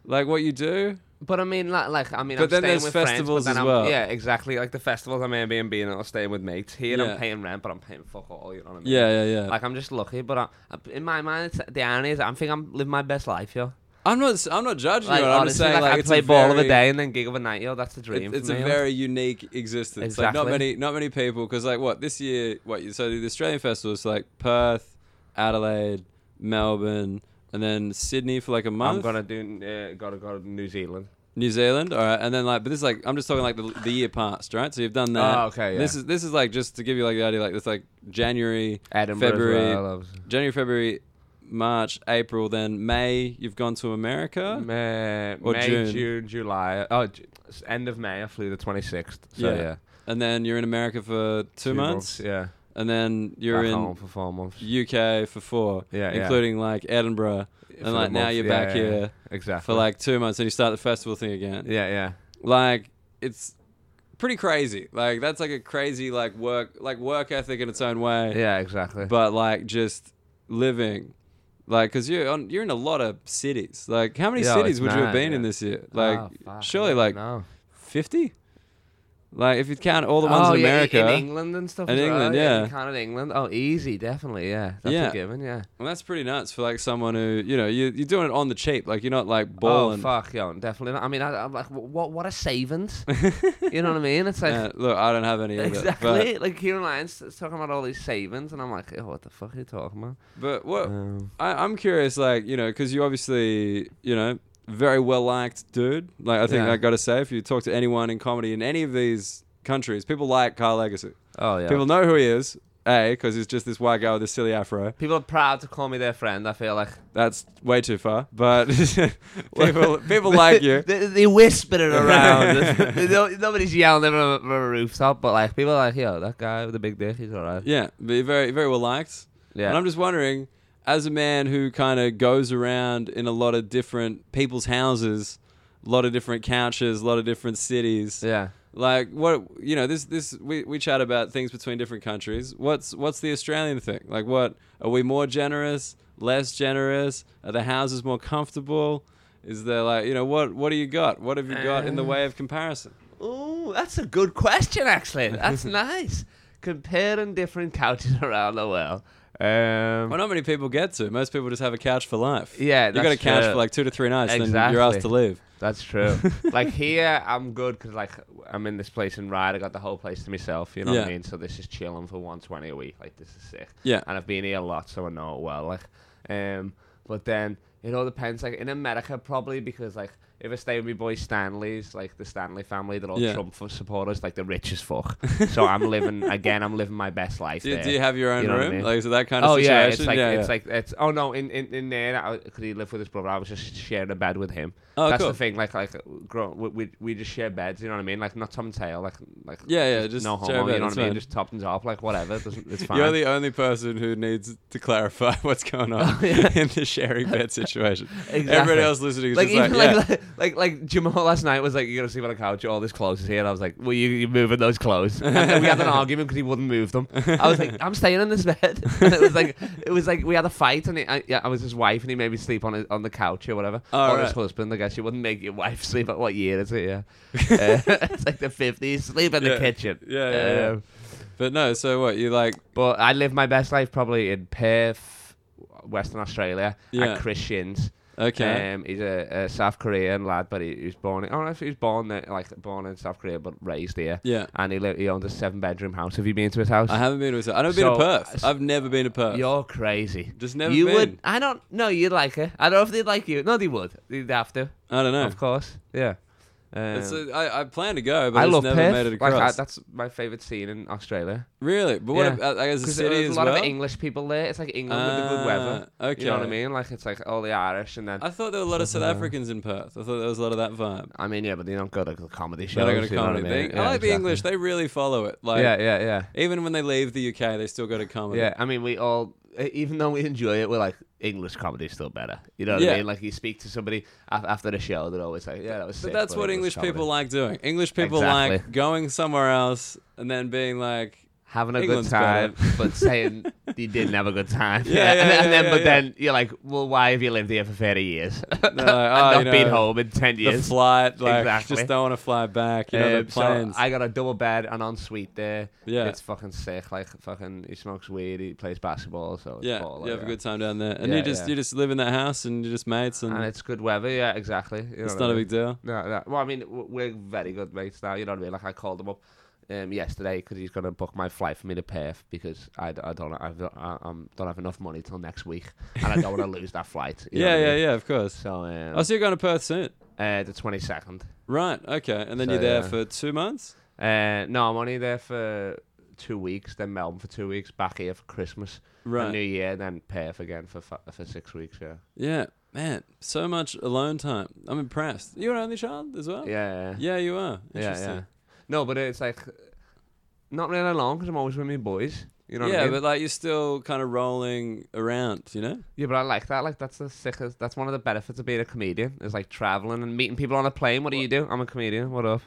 like what you do.
But I mean, like, like I mean,
But
I'm
then
staying
there's
with friends, but
festivals
then
as
I'm-
well.
Yeah, exactly. Like the festivals, I'm Airbnb and I'm staying with mates. Here,
Yeah.
I'm paying rent, but I'm paying fuck all. You know what I mean?
Yeah, yeah, yeah. Like,
Like I'm just lucky, but I, I- in my mind, it's, the irony is I'm think I'm living my best life, yo.
I'm not I'm not judging
Like
you. I'm just
honestly,
saying
like,
like
I
it's
play
a
ball of a
very-
day and then gig of a night, yo. That's the dream.
It, it's
for
a
me, yo.
very unique existence. Like not
Exactly.
many, not many people. Because like what this year, what you- so the Australian festivals like Perth, Adelaide, Melbourne, and then Sydney for like a month.
I'm gonna do. Uh, gotta go to New Zealand.
New Zealand, all right, and then like, but this is like, I'm just talking like the, the year past, right? So you've done that.
Oh, okay, yeah.
This is this is like just to give you like the idea, like it's like January,
Edinburgh.
February,
As well. obviously.
January, February, March, April, then May. You've gone to America.
May,
Or
May
June.
June. July. Oh, Ju- end of May. I flew the 26th. So
Yeah.
yeah,
And then you're in America for two, months,
Yeah,
and then you're
back
in
home for four months.
UK for four,
Yeah, yeah.
including like Edinburgh,
For
and like
a
now
month,
you're
yeah,
back
yeah,
here
Exactly.
for like two months, and you start the festival thing again.
yeah, yeah,
Like it's pretty crazy. Like that's like a crazy like work like work ethic in its own way,
yeah, exactly.
but like just living. Like, cause you're on, you're in a lot of cities. Like, how many
Yo,
cities
it's
would you have
mad,
been in
yeah.
this year? Like,
Oh, fuck,
surely
I
like
don't know.
50 like if you count all the ones
Oh,
in
yeah, i-
america
in England and stuff.
In
as well,
England, yeah.
you counted England. Oh, easy, definitely. Yeah, that's
Yeah.
a given. Yeah.
well, that's pretty nuts for like someone who you know you, you're doing it on the cheap like you're not like
Oh
balling
fuck, yo, definitely. Not. I mean, I, I'm like, wh- what? What a savings. you know what I mean? It's like
Yeah, Uh, look i don't have any of it
exactly like Kieran Lyons is talking about all these savings, and I'm like, oh, what the fuck are you talking about?
but, but what
Um,
I, i'm curious like you know because you obviously you know very well liked dude like i think
Yeah.
i gotta say if you talk to anyone in comedy in any of these countries people like carl legacy
oh yeah.
people
People,
know who he is a because he's just this white guy with this silly afro
are proud to call me their friend. I feel like
that's way too far but people people like you
they, they whisper it around. They don't- nobody's yelling from a, from a rooftop, but like people are like, yo, that guy with the big dick, he's alright.
Yeah, but you're very very well liked.
Yeah.
And I'm just wondering, as a man who kind of goes around in a lot of different people's houses, a lot of different couches, a lot of different cities,
yeah.
like what you know, this this we, we chat about things between different countries. What's what's the Australian thing? Like what are we more generous, less generous? Are the houses more comfortable? Is there like you know what what do you got? What have you got
Uh.
in the way of comparison?
Ooh, that's a good question, actually. That's nice. Comparing different couches around the world. Um,
Well, not many people get to. Most people just have a couch for life.
Yeah,
you got a
that's
couch
true.
for like two to three nights, then you're
Exactly.
asked to leave.
That's true. like here, I'm good because like I'm in this place in Ryde. I got the whole place to myself. You know what
Yeah.
I mean? So this is chilling for 120 a week. Like this is sick.
Yeah.
And I've been here a lot, so I know it well. Like, um, but then it all depends. Like in America, probably because like if I stay with my boy Stanley's, like the Stanley family, they're all
Yeah.
Trump f- supporters, like the rich as fuck. so I'm living again. I'm living my best life.
Do,
there.
do you have your own
You know what I
room?
mean?
Like, is it that kind of
Oh
situation?
yeah, it's like
yeah,
it's
yeah.
like it's. Oh no, in in, in there, because he lived with his brother, I was just sharing a bed with him.
Oh,
That's
cool.
the thing. Like like, grow, we, we we just share beds. You know what I mean? Like not Tom Tail. Like like
Yeah, yeah, just
no
share a
homo.
bed,
You know
it's
what I mean?
fine.
Just top and top. Like whatever. It doesn't, it's fine.
You're the only person who needs to clarify what's going on in the sharing bed situation. Everybody
Oh, Exactly.
else listening is
like
just
even
like, yeah.
like, like like like Jamal last night was like you're gonna sleep on the couch all this clothes is here and I was like well you you moving those clothes and then we had an argument because he wouldn't move them I was like I'm staying in this bed and it was like it was like we had a fight and it, I, yeah, I was his wife and he made me sleep on his, on the couch or whatever
Oh,
or his
right.
husband I guess you wouldn't make your wife sleep at what year is it yeah Uh, it's like the 50s sleep in
Yeah.
the kitchen
Yeah, yeah, yeah.
Um,
But no, so what? You like,
but I live my best life probably in Perth Western Australia
Yeah.
at Christians
okay.
um, he's a, a South Korean lad, but he, he was born. I don't know if he was born there, like born in South Korea, but raised here.
yeah.
And he lived, he owned a seven bedroom house. Have you been to his house?
I haven't been to I've never been to
So-
Perth. I've never been to Perth.
You're crazy.
Just never
you
been.
would. I don't. No, you'd like it. I don't know if they'd like you. No, they would. They'd have to.
I don't know.
Of course. Yeah. Um,
It's a, I, I plan to go, but
I
I just
love
never
Perth.
made it
Like I,
across.
that's my favorite scene in Australia.
really? But what
Yeah.
about, like, as a
Because
city
there's
as
a lot
well?
of English people there. It's like England with the good weather.
Ah, Okay.
You know what I mean? Like it's like all the Irish, and then
I thought there were a lot of South
Uh-huh.
Africans in Perth. I thought there was a lot of that vibe.
I mean, yeah, but they don't go to the comedy
But
shows.
I got a
you know what
comedy.
I, mean?
They- I
Yeah,
like the
exactly.
English. They really follow it. Like
Yeah, yeah, yeah.
even when they leave the UK, they still got a comedy.
Yeah, I mean, we all, e- even though we enjoy it, we're like, English comedy's still better. You know what
Yeah.
I mean? Like, you speak to somebody af- after the show, they're always like, yeah, that was
But
sick,
that's what English
comedy."
people like doing. English people
Exactly.
like going somewhere else and then being like,
Having a
England's
good time, but saying you didn't have a good time.
Yeah, yeah,
and, then- and
yeah,
then,
yeah,
but
yeah.
then you're like, well, why have you lived here for 30 years? and
they're like, oh,
not
you know,
been home in 10
the
years.
flight, like
Exactly.
just don't want to fly back. You know,
Um,
the
so
planes.
I got a double bed, an ensuite there.
Yeah.
It's fucking sick. Like, fucking, he smokes weed, he plays basketball, so it's
yeah,
baller,
you have a
yeah.
good time down there, and
Yeah,
you just
yeah.
you just live in that house and you just mates, and,
And it's good weather, yeah, exactly. You know
it's
what I
not a
mean?
big deal.
No, no. Well, I mean, w- we're very good mates now. You know what I mean? Like I called him up um, yesterday because he's gonna book my flight for me to Perth because I, d- I don't I've, I um, don't have enough money till next week and I don't want to lose that flight. you know
Yeah,
what I
yeah,
mean?
yeah. Of course.
So
I
um,
see you're going to Perth soon.
uh, the twenty second.
Right. Okay. And then
So,
you're there
yeah.
for two months.
Uh, no, I'm only there for two weeks, then Melbourne for two weeks, back here for Christmas, and New
Right.
Year, then Perth again for fi- for six weeks. Yeah,
Yeah, man. So much alone time. I'm impressed. You're an only child as well?
yeah, yeah,
Oh, Yeah, you are.
yeah.
Interesting.
yeah. No, but it's like not really long because I'm always with my boys. You know what
yeah,
I mean?
but like you're still kind of rolling around, you know?
Yeah, but I like that. Like that's the sickest. That's one of the benefits of being a comedian is like traveling and meeting people on a plane. What do you do? I'm a comedian. What up?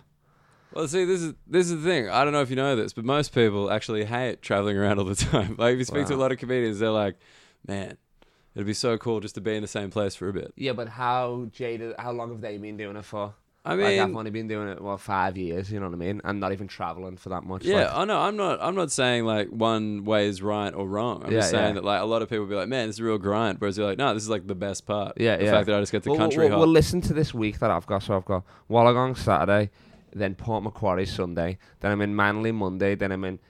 Well, see, this is this is the thing. I don't know if you know this, but most people actually hate traveling around all the time. Like, if you speak to a
Wow.
lot of comedians, they're like, "Man, it'd be so cool just to be in the same place for a bit."
Yeah, but how jaded? How long have they been doing it for?
I
like
mean,
I've only been doing it well five years. You know what I mean? And not even traveling for that much.
yeah,
like-
I know. I'm not. I'm not saying like one way is right or wrong. I'm just
Yeah,
saying
yeah.
that like a lot of people be like, "Man, this is a real grind," whereas you're like, "No, this is like the best part."
Yeah,
the
yeah.
fact that I just get to
Well, well,
country
well,
hop.
well, listen to this week that I've got. So I've got Wollongong Saturday, then Port Macquarie Sunday, then I'm in Manly Monday, then I'm in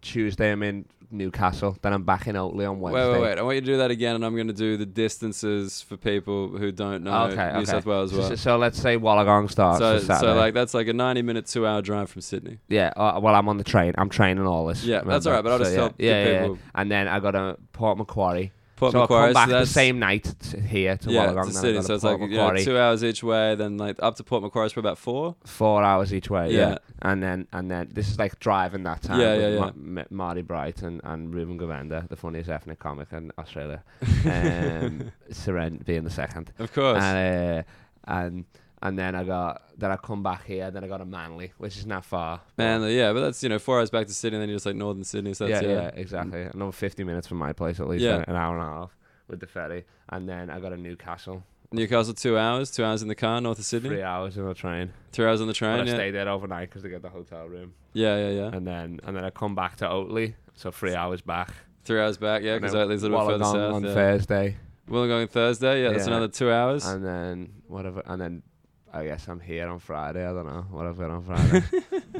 Tuesday. I'm in Newcastle, then I'm back in Oatley on Wednesday.
Wait, wait, wait! I want you to do that again, and I'm going to do the distances for people who don't know
okay,
New
okay.
South Wales
So-
well.
So, so let's say Wollongong starts.
So,
this
so
Saturday.
like that's like a 90 minute, two hour drive from Sydney.
Yeah, uh, well, I'm on the train. I'm training all this.
Yeah, that's
remember?
all right, but I'll just
yeah,
tell the
yeah, yeah,
people-
And then I got to Port Macquarie.
Port
so I
Macquarie,
come
so
back the
that's-
same night to here to
yeah,
Wollongong.
to
then I
Sydney.
go to
So it's
Port
like you know,
Macquarie,
two hours each way, then like up to Port Macquarie for about four.
four hours each way. Yeah.
Yeah.
and then and then this is like driving that time.
Yeah,
with
yeah, yeah.
Ma- Ma- Marty Bright and and Ruben Govender, the funniest ethnic comic in Australia. Um, Seren being the second.
Of course.
And, uh, and and then I got then I come back here. Then I got to Manly, which is not far.
Manly, yeah, but that's you know four hours back to Sydney, and then you're just like northern Sydney. So that's
yeah,
yeah,
yeah, exactly. Another 50 minutes from my place, at least
Yeah.
an- an hour and a half with the ferry. And then I got to Newcastle,
Newcastle two hours, two hours in the car north of Sydney,
three hours on the train.
three hours on the
But I
train. Yeah.
stayed there overnight because they got the hotel room.
yeah, yeah, yeah,
And then and then I come back to Oatley, so three hours back.
three hours back. Yeah, because
And then
Oatley's a little bit further
Wollongong
south.
on
yeah.
Thursday,
Wollongong Thursday, yeah, that's
Yeah.
another two hours.
and then whatever, and then I guess I'm here on Friday. I don't know what I've got on Friday.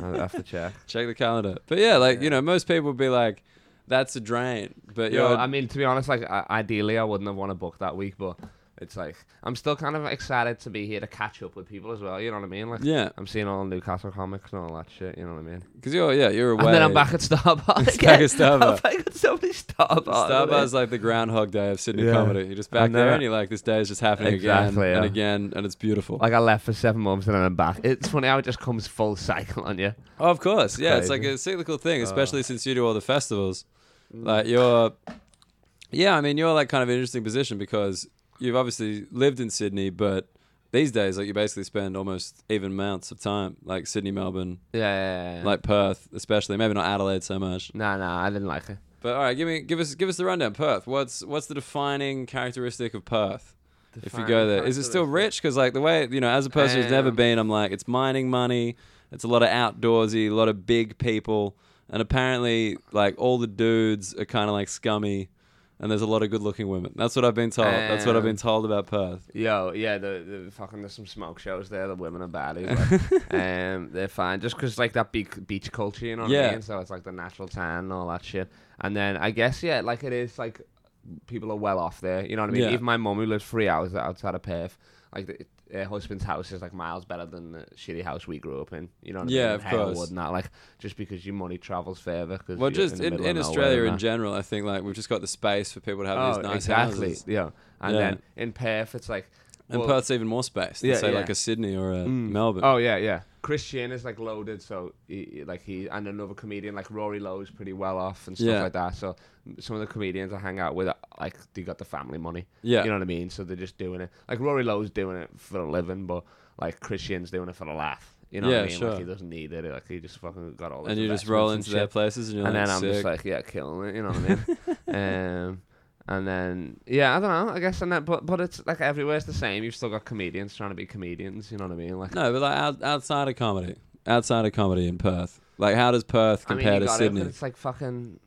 I have to check.
Check the calendar. But yeah, like you know, most people would be like, "That's a drain," but
Yeah,
you're
I mean, to be honest, like I- ideally, I wouldn't have won a book that week, but it's like I'm still kind of excited to be here to catch up with people as well. You know what I mean? Like,
yeah,
I'm seeing all the Newcastle comics and all that shit. You know what I mean?
because you're yeah you're away.
And then I'm back at Starbucks.
It's
again.
back at Starbucks.
I'm back at so many Starbucks.
Starbucks like the Groundhog Day of Sydney
Yeah.
comedy. You're just back
And
there
then-
and you're like, this day is just happening
Exactly,
again
yeah.
and again, and it's beautiful.
Like I left for seven months and then I'm back. It's funny how it just comes full cycle on you.
oh, of course, yeah, it's like
crazy. Uh.
a cyclical thing, especially since you do all the festivals. Like you're, yeah, I mean, you're like kind of an interesting position because you've obviously lived in Sydney, but these days, like you basically spend almost even amounts of time, like Sydney, Melbourne,
Yeah. yeah, yeah.
like Perth, especially maybe not Adelaide so much.
no, no, I didn't like it.
But all right, give me give us give us the rundown. Perth. What's what's the defining characteristic of Perth? if you go there, is it still rich? Because like the way you know, as a person who's never
Um,
been, I'm like, it's mining money. It's a lot of outdoorsy, a lot of big people, and apparently, like all the dudes are kind of like scummy, and there's a lot of good-looking women. That's what I've been told. That's what I've been
Um,
told about Perth.
Yo, yeah, the, the fucking there's some smoke shows there. The women are baddies. Like, um, they're fine just 'cause like that beach beach culture, you know what
Yeah.
I mean? So it's like the natural tan and all that shit. And then I guess yeah, like it is like people are well off there. You know what I mean?
Yeah.
Even my mum who lives three hours outside of Perth, like the, her husband's house is like miles better than the shitty house we grew up in. You know what
Yeah,
I mean?
of
In Halewood
course.
And that, like just because your money travels further. 'cause
Well,
you're
just
in, the
in,
middle
in
of nowhere
Australia
and
in
that. Oh,
general, I think like we've just got the space for people to have these nice
exactly.
houses,
Yeah, and
Yeah.
then in Perth, it's like.
and
well,
Perth's even more space than
Yeah,
say
yeah.
like a Sydney or a Melbourne.
Oh yeah, yeah. Christian is like loaded, so he, he- like he and another comedian like Rory Lowe's pretty well off and stuff
Yeah.
like that. So some of the comedians I hang out with, like they got the family money.
Yeah.
you know what I mean. So they're just doing it. Like Rory Lowe's doing it for a living, but like Christian's doing it for a laugh. You know
Yeah,
what I mean?
sure.
Like he doesn't need it. Like he just fucking got all. this
and you just
investments
roll
and
into their
shit.
places, and you're
and
like,
then I'm
sick.
just like, yeah, killing it. You know what I mean? um, and then yeah, I don't know. I guess and that, but but it's like everywhere's the same. You've still got comedians trying to be comedians. You know what I mean? Like.
No, but like out, outside of comedy, outside of comedy in Perth, like how does Perth compare
you
to
gotta-
Sydney?
It's like fucking,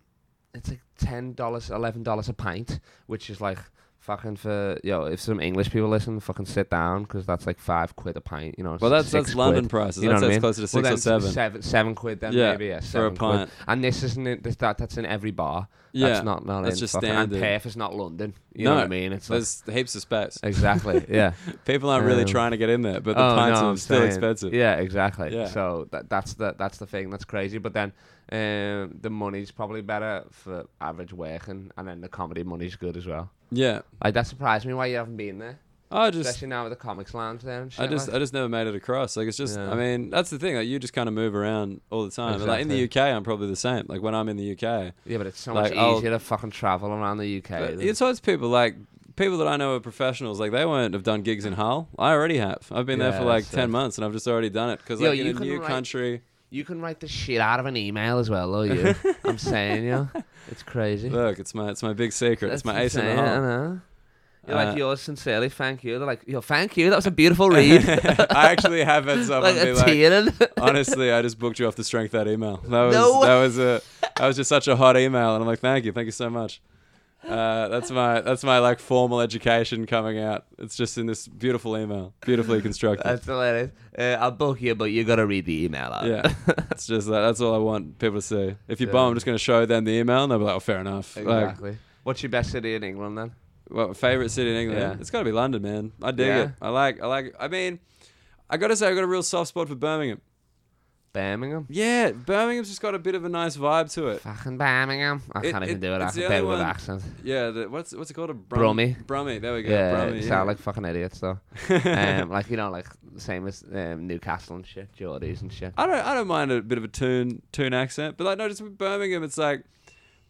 it's like ten dollars, eleven dollars a pint, which is like Fucking for yo, if some English people listen, fucking sit down because that's like five quid a pint. You know.
Well, that's
six
that's
quid.
London prices.
You know
that's
what I
that's
mean?
closer to six
well, then
or seven.
seven, seven quid then
Yeah,
maybe yeah,
for a
seven
pint.
Quid. And this isn't in- this, that that's in every bar.
Yeah,
that's not not
that's
in
just
fucking,
standard.
And Perth is not London. You
No,
know what I mean? It's like,
There's heaps of space.
exactly yeah.
People aren't really
Um,
trying to get in there, but the
Oh,
pints
no,
are
I'm
still
saying-
expensive.
Yeah, exactly.
Yeah.
So that, that's the that's the thing that's crazy. But then um, the money's probably better for average working, and then the comedy money's good as well.
Yeah,
Like that surprised me why you haven't been there,
I just
especially now with the comics lounge there. And shit
I just
like.
I just never made it across. Like it's just
Yeah.
I mean that's the thing. Like you just kind of move around all the time. And, Like in the UK,
Exactly.
I'm probably the same. Like when I'm in the UK,
yeah, but it's so
uh, like,
much
I'll-
easier to fucking travel around the UK.
but
than-
it's always people like people that I know are professionals. Like they won't have done gigs in Hull. I already have. I've been there for
Yeah,
like
so-
ten months and I've just already done it because
Yo,
like in
you
a
can
new
write-
country,
you can write the shit out of an email as well, though. You, I'm saying, you, it's crazy.
look, it's my it's my big secret. it's my ace in the
insane, I
hole.
know. You're
Uh,
like yours sincerely, thank you. They're like, yo, thank you. That was a beautiful read.
I actually have had someone
like
be
a
like,
tear. in-
honestly, I just booked you off the strength of that email. That was
No way.
that was a that was just such a hot email, and I'm like, thank you, thank you so much. Uh, that's my that's my like formal education coming out. It's just in this beautiful email, beautifully constructed.
That's hilarious. Uh, I'll book you, but you gotta read the email out.
yeah, it's just that. That's all I want people to see. If you
Yeah.
bomb, I'm just gonna show them the email, and they'll be like, "Oh, fair enough." Like,
exactly. What's your best city in England then?
Well, favorite city in England?
Yeah.
It's got to be London, man. I dig
Yeah?
it. I like. I like. I mean, I gotta say, I got a real soft spot for Birmingham.
Birmingham.
Yeah, Birmingham's just got a bit of a nice vibe to it.
Fucking Birmingham. I
It-
can't even
it-
do it. I
it's the
can
only
do it with
one-
accent.
Yeah, the, what's what's it called? A Brum-
Brummy.
Brummy. There we go.
Yeah,
Brummy.
sound like fucking idiots though. um, like you know, like same as um, Newcastle and shit, Geordies and shit.
I don't I don't mind a bit of a tune tune accent, but like no, just with Birmingham, it's like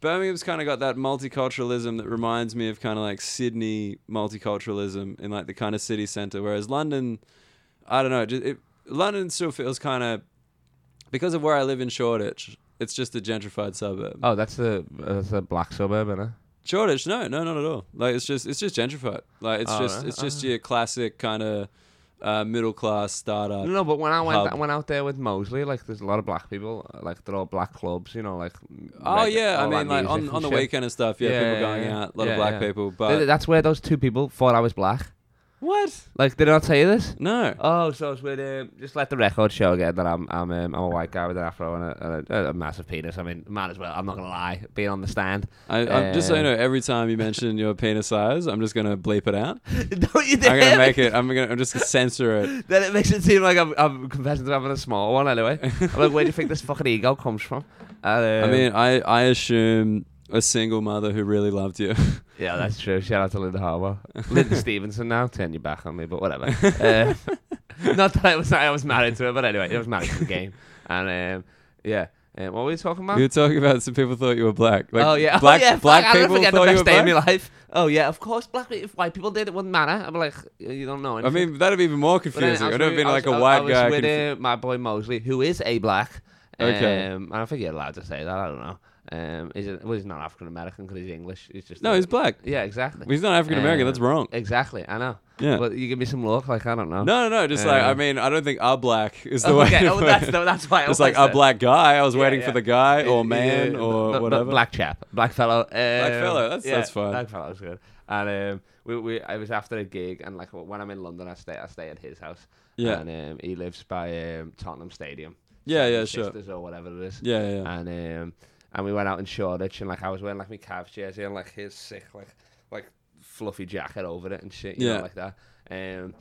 Birmingham's kind of got that multiculturalism that reminds me of kind of like Sydney multiculturalism in like the kind of city centre. Whereas London, I don't know, just, it, London still feels kind of because of where I live in Shoreditch. It's just a gentrified suburb.
Oh, that's the that's the black suburb, innit?
Shoreditch, no, no, not at all. Like it's just it's just gentrified. Like it's
Oh,
just
right.
it's just your classic kind of uh, middle class startup.
No, but when I went
Uh, hub.
I went out there with Mosley, like there's a lot of black people, like they're all black clubs, you know, like.
Oh
reg-
yeah, I
all that
mean like on,
music
on
and
the
shit.
weekend and stuff. Yeah,
Yeah,
people
yeah,
going
yeah.
out, a lot of
Yeah,
black
yeah.
people.
Th-
But
th- That's where those two people thought I was black.
what?
Like, did I not tell you this?
No.
Oh, so it's with um, just let the record show again that I'm I'm um, I'm a white guy with an afro and a, and a, a massive penis. I mean, might as well. I'm not gonna lie. Being on the stand,
I, I'm just so you
Um,
know, every time you mention your penis size, I'm just gonna bleep it out.
don't you
I'm
dare!
gonna make it. I'm gonna. I'm just gonna censor it.
Then it makes it seem like I'm, I'm confessing to having a small one. Anyway, I'm like, where do you think this fucking ego comes from? And,
I
um,
mean, I I assume a single mother who really loved you.
yeah, that's true. Shout out to Linda Harwell, Linda Stevenson. Now turn your back on me, but whatever. Uh, not that I was I was married to her, but anyway, I was married to the game, and um, yeah. Um, what were we talking about?
you were talking about some people thought you were black. Like,
oh yeah,
black
oh, yeah.
black
fuck, I
people
never forget
thought
the
you were
best day of my
black.
life. Oh yeah, of course, black. pe- If white people did, it wouldn't matter. I'm like, you don't know.
I
Anything.
mean, that'd be even more
But then
confusing.
I was
I'd have
with-
been
I
like
was-
a
I-
white
I was
guy.
with
confu-
uh, my boy Mosley, who is a black.
Okay.
Um, I don't think you're allowed to say that. I don't know. Um, he's a, well, he's not African American because he's English. He's just
no,
a-
he's black.
yeah, exactly,
He's not African American.
Uh,
that's wrong.
exactly. I know.
Yeah.
But you give me some look, like I don't know.
No, no, no. Just like I
Um,
mean, I don't think "a black" is the
Oh,
way.
okay.
to
Oh,
put
that's
it.
no, that's why. I
It's
always
like "Ah, a
said-
black guy. I was
Yeah,
waiting for
yeah.
the guy or
Yeah,
man
yeah,
or
b- b-
whatever.
Black chap, black fellow, um,
fellow, that's- that's fine.
Black fellow's good. And um, we, we, I was after a gig, and like when I'm in London, I stay, I stay at his house.
Yeah.
And um, he lives by um, Tottenham Stadium.
Yeah, yeah,
His
sure.
Sisters or whatever it is.
Yeah, yeah, yeah.
And um, and we went out in Shoreditch, and like I was wearing like my Cavs jersey and like his sick like like fluffy jacket over it and shit, you
Yeah.
know, like that. Um,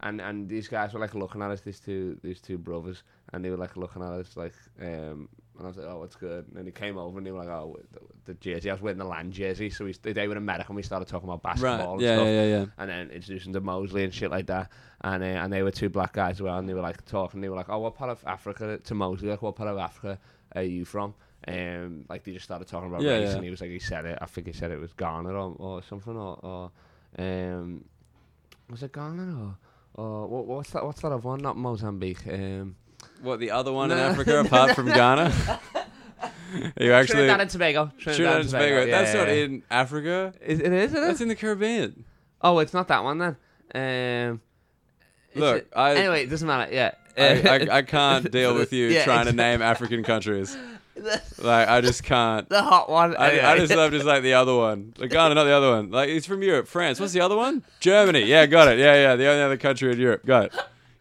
and and these guys were like looking at us, these two these two brothers, and they were like looking at us like um. And I was like, oh, what's good? And then he came over and he was like, oh, the, the jersey. I was wearing the land jersey. So we, they were in America and we started talking about
Right.
basketball and
Yeah,
stuff
yeah, yeah, yeah.
and then introducing to Mosley and shit like that. And uh, and they were two black guys as well, and they were like talking. They were like, "Oh, what part of Africa?" To Mosley, like, "What part of Africa are you from?" Um, like they just started talking about
Yeah,
race,
yeah.
and he was like, "He said it. I think he said it was Ghana or, or something, or, or um, was it Ghana or or what, what's that? What's that of one? Not Mozambique. Um,
What the other one in
No.
Africa apart from Ghana? you actually
Trinidad and Tobago. Trinidad,
Trinidad and Tobago.
yeah,
That's
yeah,
not
yeah.
in Africa.
Is- It is. It
That's
is.
in the Caribbean.
Oh, it's not that one then. Um, it's
Look,
a-
I-
anyway, it doesn't matter. Yeah.
I, I, I can't deal with you
Yeah,
trying to
it's-
name African countries. Like I just can't.
the hot one.
I, I
anyway.
just love just like the other one. Like Ghana, not the other one. Like he's from Europe, France. What's the other one? Germany. Yeah, got it. Yeah, yeah. The only other country in Europe. Got it.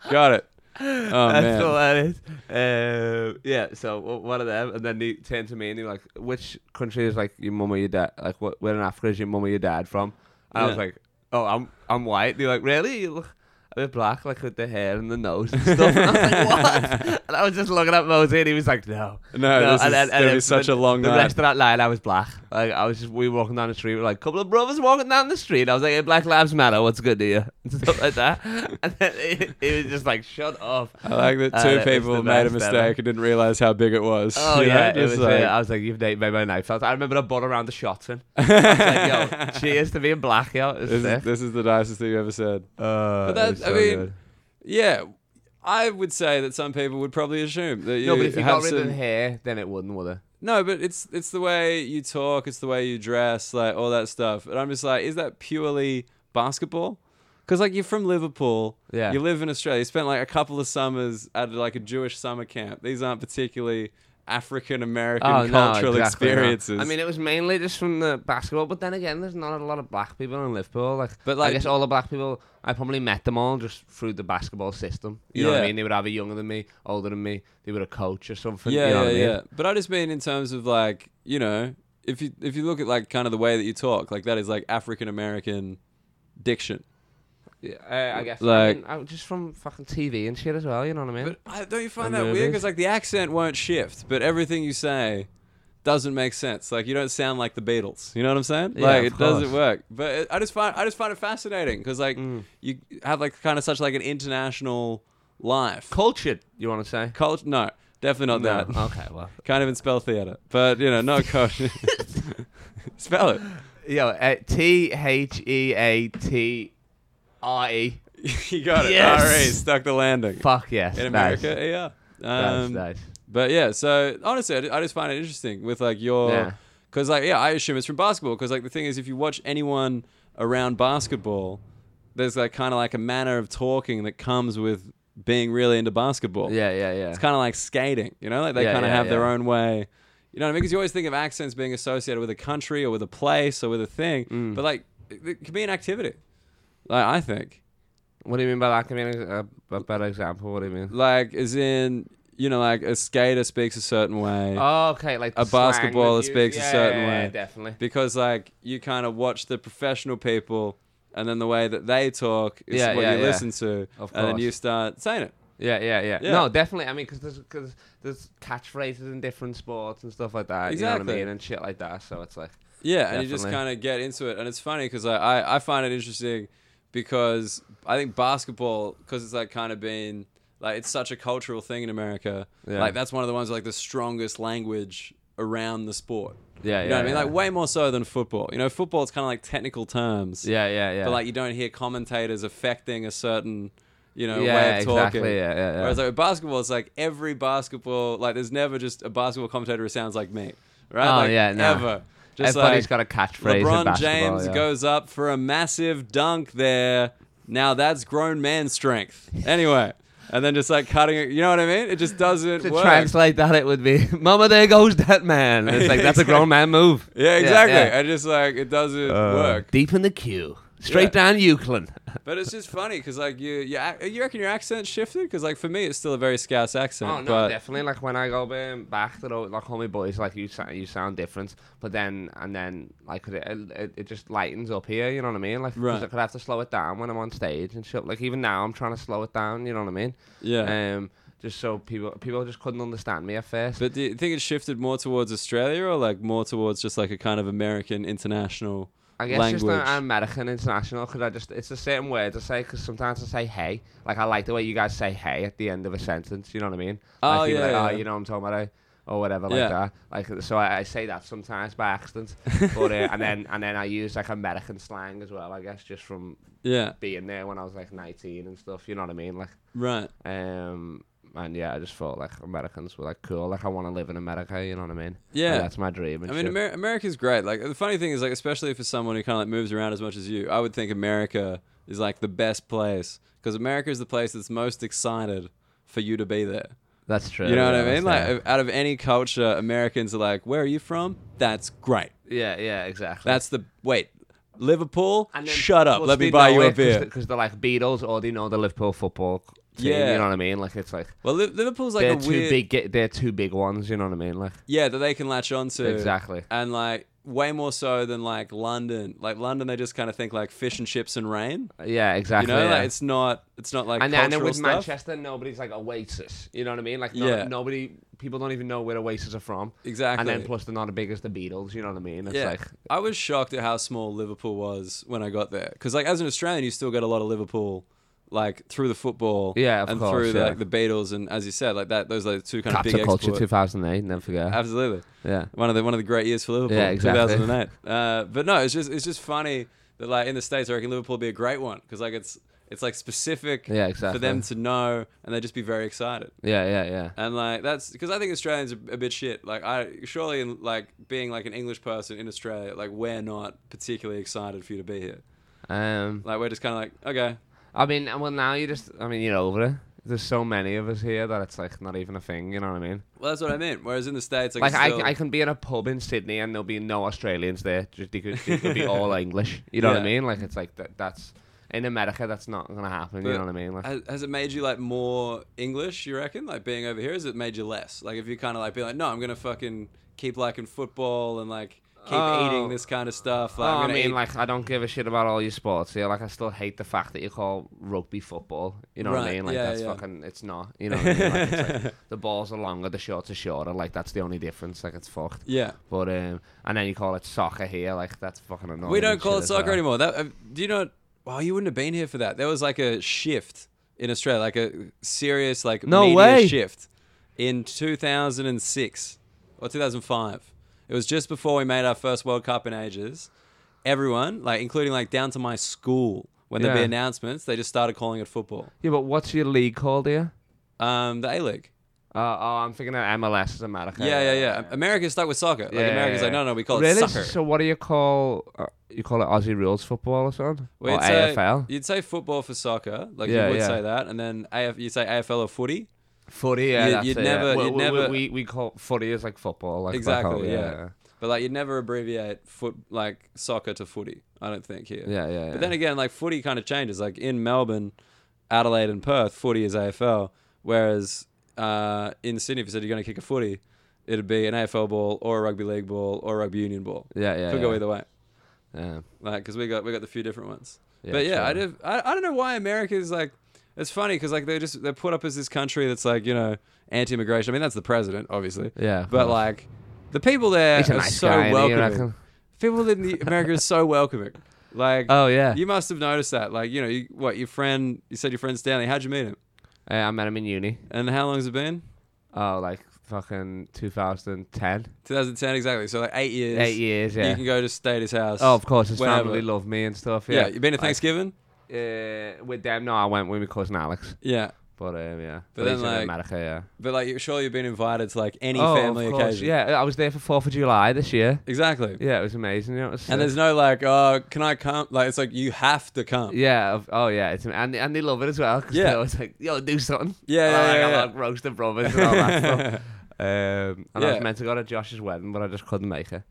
Got it. Oh
That's
man.
hilarious. Um, yeah, so w- one of them, and then he turned to me and he like, "Which country is like your mum or your dad? Like, what? Where in Africa is your mum or your dad from?" And I was
Yeah.
like, "Oh, I'm I'm white." They're like, "Really? You look a bit black, like with the hair and the nose and stuff." And I was like, "What?" And I was just looking at Mosey, and he was like, "No,
No, this is gonna be
for
such a
the-
long
The
night.
rest of that night, I was black. Like I was just we were walking down the street, we were like a couple of brothers walking down the street. I was like, hey, "Black lives matter. What's good to you?" And stuff like that. And then it, it was just like, "Shut up."
I like that
Uh,
two
that was
people
the
made a
best
mistake
ever.
and didn't realize how big it was.
Oh
You know,
yeah, it
just
was, uh,
like-
I was like, "You've made made my knife." I, was- I remember I bought around the shots and I was like, "Yo, cheers to being black, yo." It's
this, is,
sick.
this is the nicest thing you ever said.
but
Oh, that- I mean, Yeah, I would say that some people would probably assume that you
no, but if you
have
got rid
some,
of the hair, then it wouldn't, would it?
No, but it's it's the way you talk, it's the way you dress, like all that stuff. And I'm just like, is that purely basketball? Because like you're from Liverpool,
Yeah.
You live in Australia. You spent like a couple of summers at like a Jewish summer camp. These aren't particularly African American
Oh, no,
cultural
exactly not.
experiences.
I mean, it was mainly just from the basketball, but then again, there's not a lot of black people in Liverpool. Like,
But,
but
like-
I guess all the black people, I probably met them all just through the basketball system. You know what
Yeah.
I mean? They would have a younger than me, older than me. They were a coach or something.
yeah,
you know
yeah,
what I mean?
yeah. But I just mean in terms of like you know, if you if you look at like kind of the way that you talk, like that is like African American diction.
Yeah, uh, I guess.
Like-
Like, I mean, I- just from fucking TV and shit as well. You know what I mean?
But I, don't you find
And
that
there it
weird?
is.
Because like the accent won't shift, but everything you say doesn't make sense. Like you don't sound like the Beatles. You know what I'm saying?
Yeah,
like
of
it
course. Mm.
doesn't work. But it, I just find I just find it fascinating because like you have like kind of such like an international life.
cultured, you want to say?
Culture? No, definitely not that.
No. Okay, well.
kind of in spell theater, but you know, no culture. spell it.
Yo, uh, T H E A T R E.
you got it.
Yes.
All right, stuck the landing.
Fuck yes.
in
nice.
America, yeah.
Nice,
Um,
nice.
But yeah, so honestly, I ju- I just find it interesting with like
Yeah.
your, because like yeah, I assume it's from basketball. Because like the thing is, if you watch anyone around basketball, there's like kind of like a manner of talking that comes with being really into basketball.
Yeah, yeah, yeah.
it's kind of like skating, you know, like they
Yeah,
kind of
yeah,
have their
yeah.
own way. You know what I mean? Because you always think of accents being associated with a country or with a place or with a thing,
Mm.
but like it, it can be an activity. Like I think,
What do you mean by that? Give me an ex- a, a better example. What do you mean?
like as in you know, like a skater speaks a certain way.
Oh, okay, like
A
the slang that
basketballer
you-
speaks a
yeah,
certain
yeah, yeah,
way.
Definitely.
because like you kind of watch the professional people and then the way that they talk is
Yeah,
what
yeah,
you
yeah.
listen to
Of
and then
course.
you start saying it
Yeah, yeah, yeah,
Yeah.
No, definitely. I mean, because there's, cause there's catchphrases in different sports and stuff like that. You know
Exactly.
what I mean? And shit like that. So it's like,
yeah and you just
Definitely.
kind of get into it and it's funny because I, I, I find it interesting because i think basketball because it's like kind of been like it's such a cultural thing in america
Yeah.
like that's one of the ones like the strongest language around the sport
yeah, yeah.
you know what i mean
yeah.
like way more so than football you know football is kind of like technical terms
yeah, yeah, yeah.
but like you don't hear commentators affecting a certain you know
yeah,
way of talking
exactly. Yeah, yeah, yeah.
Whereas like with basketball, it's like every basketball, like there's never just a basketball commentator who sounds like me, right?
Oh,
like,
yeah, no.
ever. Just like
Everybody's got a catchphrase. in
LeBron
basketball,
James
yeah.
goes up for a massive dunk there. Now that's grown man strength. Anyway, and then just like cutting it, you know what I mean? It just doesn't
To
work.
translate that, it would be, "Mama, there goes that man." It's like that's a grown man move.
yeah, exactly.
yeah.
I just like it doesn't
Uh,
work.
Deep in the queue, straight down Euclid.
But it's just funny because like you, you, ac- you reckon your accent shifted? Because like for me, it's still a very Scouse accent.
Oh no,
but
definitely. Like when I go um, back to the, like all my boys, like you, sa- you sound different. But then and then like 'cause it, it, it just lightens up here. You know what I mean? Like 'cause
Right.
I could have to slow it down when I'm on stage and shit. Like even now, I'm trying to slow it down. You know what I mean?
yeah.
Um, just so people people just couldn't understand me at first.
But do you think it shifted more towards Australia or like more towards just like a kind of American international?
I guess just
language.
an American international because I just it's a certain word to say because sometimes I say hey. Like I like the way you guys say hey at the end of a sentence. You know what I mean?
Oh,
like, people
yeah,
are like,
yeah.
Oh, you know what I'm talking about. eh?" Or whatever like
Yeah.
that. Like so, I, I say that sometimes by accident, but uh, and then and then I use like American slang as well. I guess just from
Yeah,
being there when I was like 19 and stuff. You know what I mean? Like
right.
um. And yeah, I just thought like Americans were like cool. Like I want to live in America. You know what I mean? Like,
Yeah.
that's my dream. And
I mean,
shit.
Amer- America's great. Like the funny thing is, like especially for someone who kind of like moves around as much as you, I would think America is like the best place because America is the place that's most excited for you to be there.
That's true.
You know what
yeah,
I mean?
that's
Like
fair.
uh, out of any culture, Americans are like, "Where are you from?" That's great.
yeah, yeah, exactly.
That's the wait. Liverpool,
And then-
shut up.
well,
Let me
they
buy
know
you a
it 'cause
beer.
they- Cause they're like Beatles or they know the Liverpool football team.
Yeah.
You know what I mean? Like it's like,
well, Li- Liverpool's like
they're
a
two
weird,
big. They're two big ones. You know what I mean? Like
yeah, that they can latch onto
exactly.
and like way more so than like London. Like London, they just kind of think like fish and chips and rain.
Yeah,
You
exactly.
know,
yeah.
like it's not, it's not like
and then,
cultural
and then with
stuff.
Manchester, nobody's like Oasis. You know what I mean? Like, no,
Yeah.
nobody, people don't even know where Oasis are from.
Exactly.
And then plus, they're not as big as the Beatles. You know what I mean? It's
yeah,
like,
I was shocked at how small Liverpool was when I got there. Because like as an Australian, you still got a lot of Liverpool, like through the football,
Yeah, of
and
course,
through the,
yeah.
like the Beatles, and as you said, like that, those are the two kind of
Capture
big
Culture
export-
2008. Never forget.
Absolutely.
yeah.
one of the one of the great years for Liverpool,
Yeah, exactly.
2008. Uh, but no, it's just it's just funny that like in the states, I reckon Liverpool would be a great one because like it's it's like specific
Yeah,
for
exactly.
them to know, and they'd just be very excited.
Yeah, yeah, yeah.
And like that's because I think Australians are a bit shit. Like I surely in, like being like an English person in Australia, like we're not particularly excited for you to be here.
Um,
Like we're just kind of like okay,
I mean, and well, now you just, I mean, you're over it. There's so many of us here that it's like not even a thing. You know what I mean?
well that's what I meant. Whereas in the states, like,
Like,
it's still-
I, I can be in a pub in Sydney and there'll be no Australians there. Just they could, they could be all English. You know what I
Yeah.
mean? Like, it's like that. That's in America. That's not gonna happen.
But
you know what I mean? Like,
Has, has it made you like more English? You reckon, like being over here, has it made you less? Like, if you kind of like be like, no, I'm gonna fucking keep liking football and like keep
Oh.
eating this kind of stuff. Like,
Oh,
I'm
I
gonna
mean,
eat-
like, I don't give a shit about all your sports here. Like, I still hate the fact that you call rugby football. You know what
Right,
I mean? Like,
yeah,
that's
yeah.
fucking, it's not. You know what I mean? Like, it's like, the balls are longer, the shorts are shorter. Like, that's the only difference. Like, it's fucked.
yeah.
But, um, and then you call it soccer here. Like, that's fucking annoying.
We don't
and
call
shit
it
as
soccer
well.
anymore. That uh, do you know? Wow, you wouldn't have been here for that. There was like a shift in Australia, like a serious like
No
media
way.
shift in 2006 or 2005. It was just before we made our first World Cup in ages. Everyone, like including like down to my school, when there'd be
Yeah.
announcements, they just started calling it football.
Yeah, but what's your league called here?
Um, the A League.
Uh, oh, I'm thinking of MLS is America.
Yeah, yeah, yeah. America's stuck with soccer. Like
Yeah,
America's
yeah,
like,
yeah.
no, no, we call
really?
it soccer.
So, what do you call? Uh, you call it Aussie rules football or something?
Well, uh,
or
you'd say-
AFL?
You'd say football for soccer, like
Yeah,
you would
yeah.
say that, and then AF, you'd say AFL or footy.
Footy, yeah.
You-
that's
you'd
it, yeah.
never-
Well,
you'd
we, we-
never-
We, we call footy is like football. Like
Exactly,
football,
yeah. But like you'd never abbreviate foot like soccer to footy. I don't think here.
Yeah, yeah. yeah.
But then again, like footy kind of changes. Like in Melbourne, Adelaide, and Perth, footy is AFL. Whereas uh, in Sydney, if you said you're going to kick a footy, it'd be an AFL ball or a rugby league ball or a rugby union ball.
yeah, yeah.
Could
yeah.
go either way.
Yeah.
Like because we got we got the few different ones.
Yeah,
but yeah, I,
true.
did, I I don't know why America is like. It's funny because like they just they're put up as this country that's like you know anti-immigration. I mean that's the president, obviously.
Yeah, of
But
course.
like the people there
He's a
are
nice
so
guy, isn't he, you
welcoming.
reckon?
People in the America is so welcoming. Like
Oh yeah.
you must have noticed that. Like you know you, what your friend you said your friend Stanley. How'd you meet him?
Uh, I met him in uni.
And how long's it been?
Oh, like fucking 2010.
2010 exactly. So like eight years.
Eight years. Yeah.
You can go to Status House.
Oh, of course, his
whenever.
family love me and stuff.
yeah.
Yeah.
You've been to
Like,
Thanksgiving.
uh, with them, no, I went with my cousin Alex.
yeah.
But um, yeah.
But then,
he's in
like,
America, yeah.
But like, you're sure you've been invited to like any
oh,
family
of course.
occasion.
Yeah, I was there for Fourth of July this year.
Exactly.
Yeah, it was amazing. You know, it was uh,
And
sick.
there's no like, oh, can I come? Like, it's like you have to come.
Yeah. of- Oh, yeah. It's and and they love it as well. Cause
Yeah.
They're always like, yo, do something.
Yeah,
And
yeah,
I, like,
yeah,
I
yeah.
like roast the brothers and all that stuff. Um, and I
Yeah.
was meant to go to Josh's wedding, but I just couldn't make it.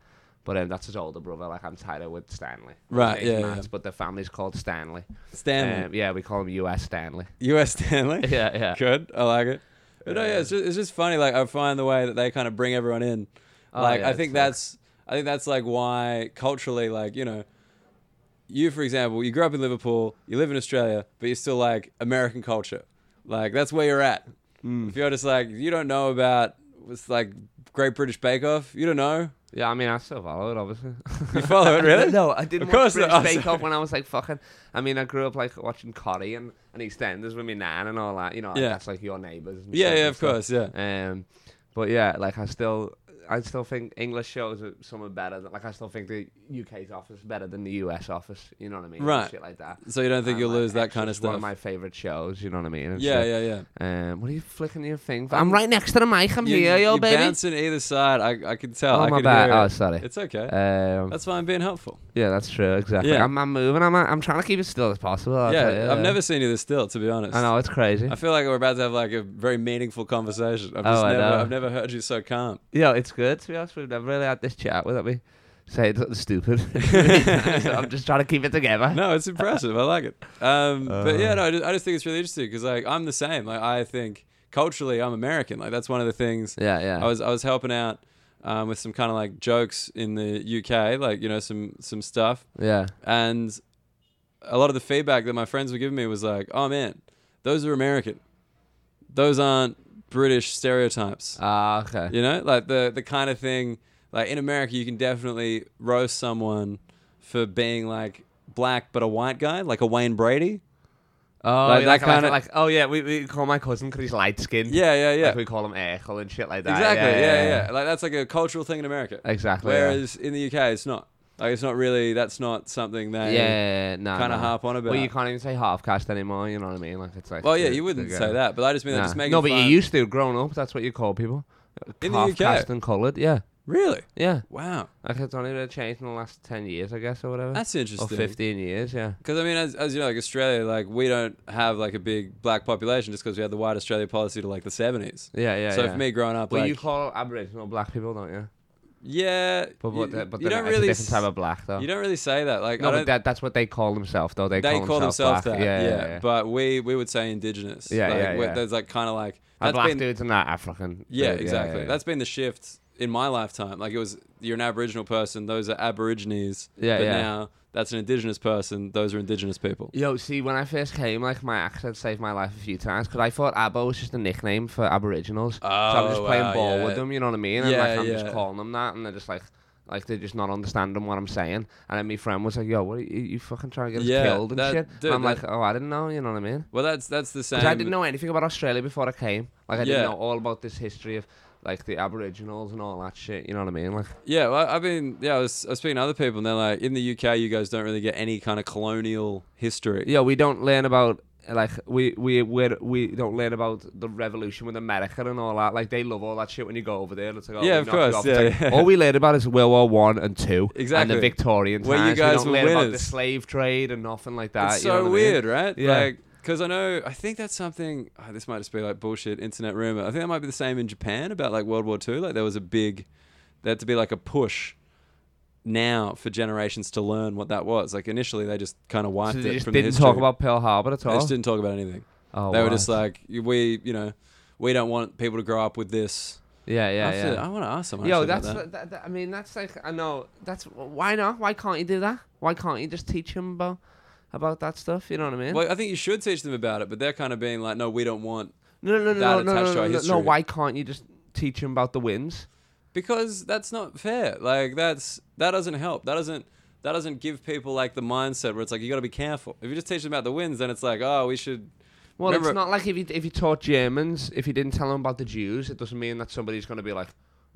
But um, that's his older brother. Like I'm tied up with Stanley.
Right,
His
yeah,
man's,
yeah.
But the family's called Stanley.
Stanley,
Um, yeah, we call him U.S. Stanley.
U.S. Stanley.
Yeah, yeah.
Good. I like it. But no, yeah, it's just, it's just funny. Like, I find the way that they kind of bring everyone in.
Oh,
Like,
yeah,
I
it's
think
like-
that's, I think that's like why culturally, like, you know, you for example, you grew up in Liverpool, you live in Australia, but you're still like American culture. Like, that's where you're at.
Hmm.
If you're just like, you don't know about, it's like Great British Bake Off, you don't know.
Yeah, I mean, I still follow it, obviously.
You follow it, really?
no, I didn't
Of course
watch
not. Oh,
British Bake
sorry.
Off when I was like fucking. I mean, I grew up like watching Corrie and, and EastEnders with my nan and all that. You know, like,
Yeah.
that's like your neighbours. and
Yeah,
stuff
yeah,
and
of
stuff.
course, yeah.
Um, but yeah, like I still, I still think English shows are some are better. Than, like I still think the UK's office is better than the US office. You know what I mean? And
Right.
Shit like that.
So you don't think
And,
you'll
like,
lose that kind of
Extra's One
stuff?
of my favorite shows. You know what I mean? And
yeah,
shit.
yeah, yeah. Um,
Um, what are you flicking your thing? For? I'm right next to the mic. I'm
You-
here, yo,
you're
baby.
bouncing either side. I, I can tell.
oh
I
my
can
bad.
hear
Oh
it.
sorry.
It's okay.
Um,
That's why I'm being helpful.
yeah, that's true. Exactly.
Yeah.
I'm, I'm moving. I'm, I'm trying to keep it still as possible. I'll
yeah,
tell you,
I've never seen you this still, to be honest.
uh, I know it's crazy.
I feel like we're about to have like a very meaningful conversation. I've
Oh,
just
I
never,
know.
I've never heard you so calm.
Yeah, it's good to be honest. We've never really had this chat without me saying something stupid. So I'm just trying to keep it together.
No, it's impressive. I like it. Um, but yeah,
Uh.
no, I just, I just think it's really interesting because like I'm the same. Like I think culturally, I'm American. Like that's one of the things
Yeah, yeah.
I was I was helping out um, with some kind of like jokes in the UK, like you know some some stuff,
yeah.
and a lot of the feedback that my friends were giving me was like, "Oh man, those are American. Those aren't British stereotypes."
Ah, okay.
You know, like the the kind of thing like in America you can definitely roast someone for being like black but a white guy, like a Wayne Brady.
Oh,
Like
yeah,
that
like, like,
kinda-
like, oh yeah, we, we call my cousin because he's light skinned.
Yeah, yeah, yeah.
Like we call him Erkel and shit like that.
exactly. Yeah yeah, Like that's like a cultural thing in America.
Exactly.
Whereas in the UK it's not. Like it's not really that's not something
yeah,
they
yeah, yeah, yeah, no,
kind of
no.
harp on about.
Well, you can't even say half caste anymore. You know what I mean? Like it's like.
well, yeah,
the-
you wouldn't
the
say
girl.
that, but I just mean
Nah.
that just making
no, but
fun.
you used to growing up. That's what you call people.
In the
half
UK?
caste and coloured. Yeah,
really?
yeah.
Wow,
Like it's only really changed in the last ten years, I guess, or whatever.
that's
or
interesting.
15 years, yeah.
Because I mean, as, as you know, like Australia, like we don't have like a big black population just because we had the white Australia policy to like the seventies.
Yeah, yeah.
so
yeah.
for me, growing up,
well,
like,
you call Aboriginal black people, don't you?
Yeah,
But,
you,
but, the- but
you
then
don't
it's
really
a different type of black, though.
you don't really say that. Like
no,
I
but
don't,
that, that's what they call themselves, though. They,
they call, themselves
black.
that. Yeah,
yeah, yeah.
but we we would say indigenous.
Yeah,
like,
yeah,
we-
yeah.
There's like kind of like
and
that's
black
been
dudes are not African.
yeah
dude,
exactly.
yeah.
That's been the shift in my lifetime. Like it was you're an Aboriginal person, those are Aborigines.
Yeah,
but
yeah.
now that's an indigenous person, those are indigenous people.
Yo, see, when I first came, like my accent saved my life a few times because I thought Abbo was just a nickname for Aboriginals. so I'm just
Oh,
playing
wow,
ball
yeah.
with them, you know what I mean? And
Yeah,
like I'm just
yeah.
calling them that, and they're just like, like they're just not understanding what I'm saying. And then my friend was like, "Yo, what are you, you fucking trying to get us
Yeah,
killed and
that-
shit?"
dude,
and I'm
that-
like, "Oh, I didn't know," you know what I mean?
Well, that's that's the same.
Because I didn't know anything about Australia before I came. Like I
Yeah.
didn't know all about this history of like the Aboriginals and all that shit. You know what I mean? Like
Yeah, well, I- I've been yeah, I was, I was speaking to other people, and they're like, in the UK, you guys don't really get any kind of colonial history.
yeah, we don't learn about like we we we we don't learn about the revolution with America and all that. Like they love all that shit when you go over there. It's like, oh,
Yeah,
we
of
knocked you
course,
off.
yeah,
It's like,
yeah.
All we learn about is World War One and two, and
Exactly.
the Victorian
Where you
times. We
guys
don't
were
learn about the
winners.
slave trade and nothing like that.
It's
you know
so
what I mean?
weird, right?
Yeah.
Like, because I know, I think that's something. Oh, this might just be like bullshit internet rumor. I think that might be the same in Japan about like World War II. Like, there was a big, there had to be like a push now for generations to learn what that was. Like, initially, they just kind of wiped
So
it
they just
from
didn't
the history.
talk about Pearl Harbor at
They
all.
just didn't talk about anything.
oh,
they were
wow.
just like, we, you know, we don't want people to grow up with this.
yeah, yeah,
I feel-
yeah.
I want to ask someone.
Yo,
actually about
that's
that.
that. that- I mean, that's like I know. That's why not? Why can't you do that? Why can't you just teach him about about that stuff? You know what I mean?
Well, I think you should teach them about it, but they're kind of being like, no, we don't want
no, no, no,
that
no, no,
attached
no,
to our
no, no,
history.
no. Why can't you just teach him about the wins?
because that's not fair like that's that doesn't help that doesn't that doesn't give people like the mindset where it's like you got to be careful if you just teach them about the wins then it's like oh we should
Well,
Remember-
it's not like if you if you taught Germans, if you didn't tell them about the Jews, it doesn't mean that somebody's gonna be like,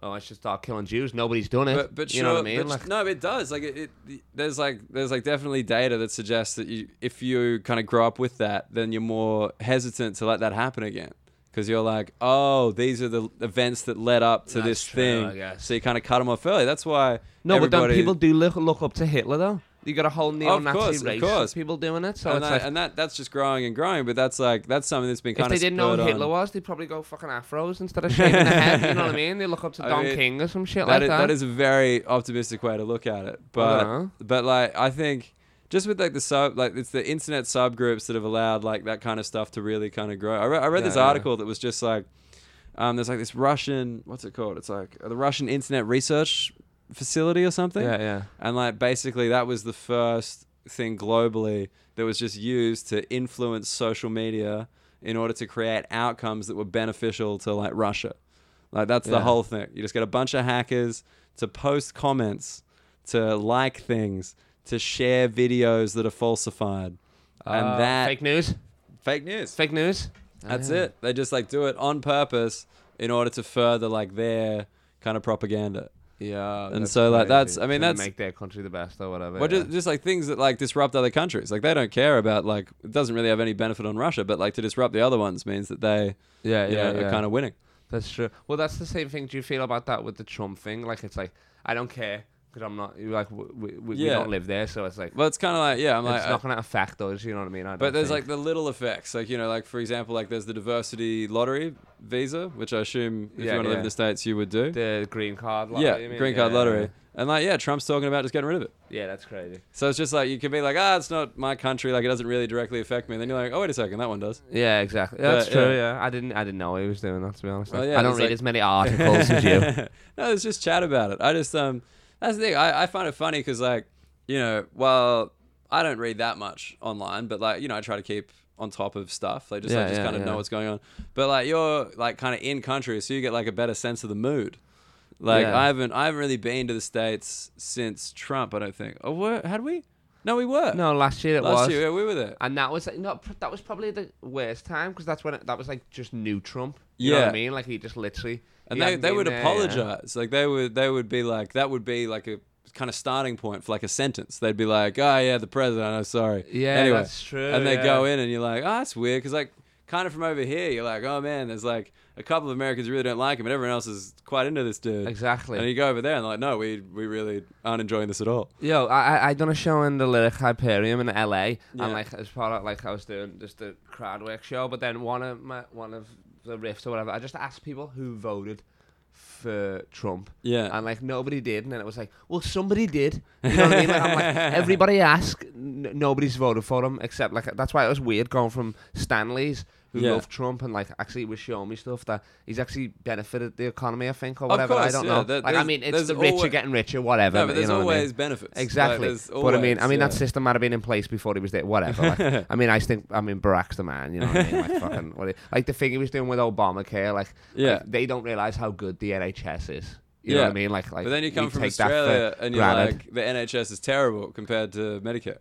oh, I should start killing Jews. Nobody's done it.
but, but
Eh, you
sure,
know what I mean?
but
Like,
no it does like it, it there's like there's like definitely data that suggests that you if you kind of grow up with that then you're more hesitant to let that happen again because you're like oh these are the events that led up to
That's
this
true,
thing
I guess.
so you kind of cut them off early that's why
no, but then
everybody-
people do look look up to Hitler though. You got a whole neo-Nazi
course, of
race
course.
people doing it. So
and,
it's
that,
like,
and that that's just growing and growing but that's like that's something that's been
If
kind
they
of
didn't know who Hitler was, they'd probably go fucking afros instead of shaving their head. You know what I mean? They look up to
I
Don
mean,
King or some shit
That
like
is,
that.
that is a very optimistic way to look at it. But
dunno.
but like I think just with like the sub like it's the internet subgroups that have allowed like that kind of stuff to really kind of grow. I, re- I read
Yeah,
this
yeah.
article that was just like um there's like this Russian what's it called? It's like the Russian internet research facility or something.
yeah, yeah.
And like basically that was the first thing globally that was just used to influence social media in order to create outcomes that were beneficial to like Russia. Like that's the
Yeah.
whole thing. You just get a bunch of hackers to post comments, to like things, to share videos that are falsified. And
Uh,
that
fake Ah. news.
fake news.
Fake news.
That's
Yeah.
it. They just like do it on purpose in order to further like their kind of propaganda.
Yeah.
And so, like,
crazy.
that's- I mean,
Trying to
that's-
make their country the best or whatever.
Well,
yeah.
just, just like things that like disrupt other countries. Like they don't care about like it doesn't really have any benefit on Russia, but like to disrupt the other ones means that they
yeah,
you
yeah,
know,
yeah.
are kind of winning.
That's true. Well, that's the same thing. Do you feel about that with the Trump thing? Like, it's like I don't care because I'm not like we, we, we
Yeah.
don't live there, so it's like
Well, it's kind of like yeah, I'm like
it's
I-
not gonna affect us. You know what I mean? I
But
don't
there's
think.
like the little effects, like you know, like for example, like there's the diversity lottery visa, which I assume if
Yeah,
you want to live
yeah.
in the states, you would do.
the green card lottery.
yeah,
you mean?
green card
Yeah,
lottery, and like yeah, Trump's talking about just getting rid of it.
Yeah, that's crazy.
So it's just like you can be like, ah, it's not my country, like it doesn't really directly affect me. And then you're like, oh wait a second, that one does.
Yeah, exactly.
But,
That's true.
yeah.
Yeah. I didn't. I didn't know he was doing that. To be honest,
Well,
Like,
yeah,
I don't
it's
read
like-
as many articles as you.
no, it's just chat about it. I just um, that's the thing. I, I find it funny because like, you know, well, I don't read that much online, but like, you know, I try to keep on top of stuff. Like, just
Yeah,
like, just
yeah,
kind of
yeah.
know what's going on. But like, you're like kind of in country, so you get like a better sense of the mood. Like,
Yeah.
I haven't I haven't really been to the states since Trump. I don't think. Oh, were, had we? No, we were.
No, last year it
last
was.
year yeah, we were there.
And that was like, not that was probably the worst time because that's when it, that was like just new Trump. You know what
Yeah.
I mean? Like he just literally.
and
he
they,
hadn't
they
been
would
there, yeah.
apologize like they would they would be like that would be like a kind of starting point for like a sentence they'd be like oh yeah the president i'm sorry
Yeah,
anyway
that's true,
and they go
yeah.
in and you're like oh that's weird because like kind of from over here you're like oh man there's like a couple of americans who really don't like him and everyone else is quite into this dude
Exactly.
and you go over there and like no we we really aren't enjoying this at all
Yo, I I- I done a show in the Lyric Hyperium in LA,
Yeah.
and like as part of like I was doing just a crowd work show, but then one of my one of the riffs or whatever, I just asked people who voted for Trump,
yeah
and like nobody did, and then it was like, well, somebody did. You know what I mean? Like, I'm like everybody asked, n- nobody's voted for him except like that's why it was weird going from Stanley's. Who
Yeah.
loved Trump and like actually was showing me stuff that he's actually benefited the economy, I think, or whatever. I
course,
don't
yeah,
know.
there-
like I
there's-
mean, it's
there's
the rich are
alwa-
getting richer, whatever.
no but there's
you know what I mean?
always benefits Like,
Exactly.
there's
but I mean, I
always,
mean that
yeah.
system might have been in place before he was there. Whatever. Like, I mean, I think I mean Barack's the man. You know what I mean? Like fucking what he- like the thing he was doing with Obamacare. Like,
Yeah.
like, they don't realize how good the NHS is. You know
Yeah.
what I mean? Like, like
but then you
we
come from
take that for
australia and you're
granted.
like the nhs is terrible compared to medicare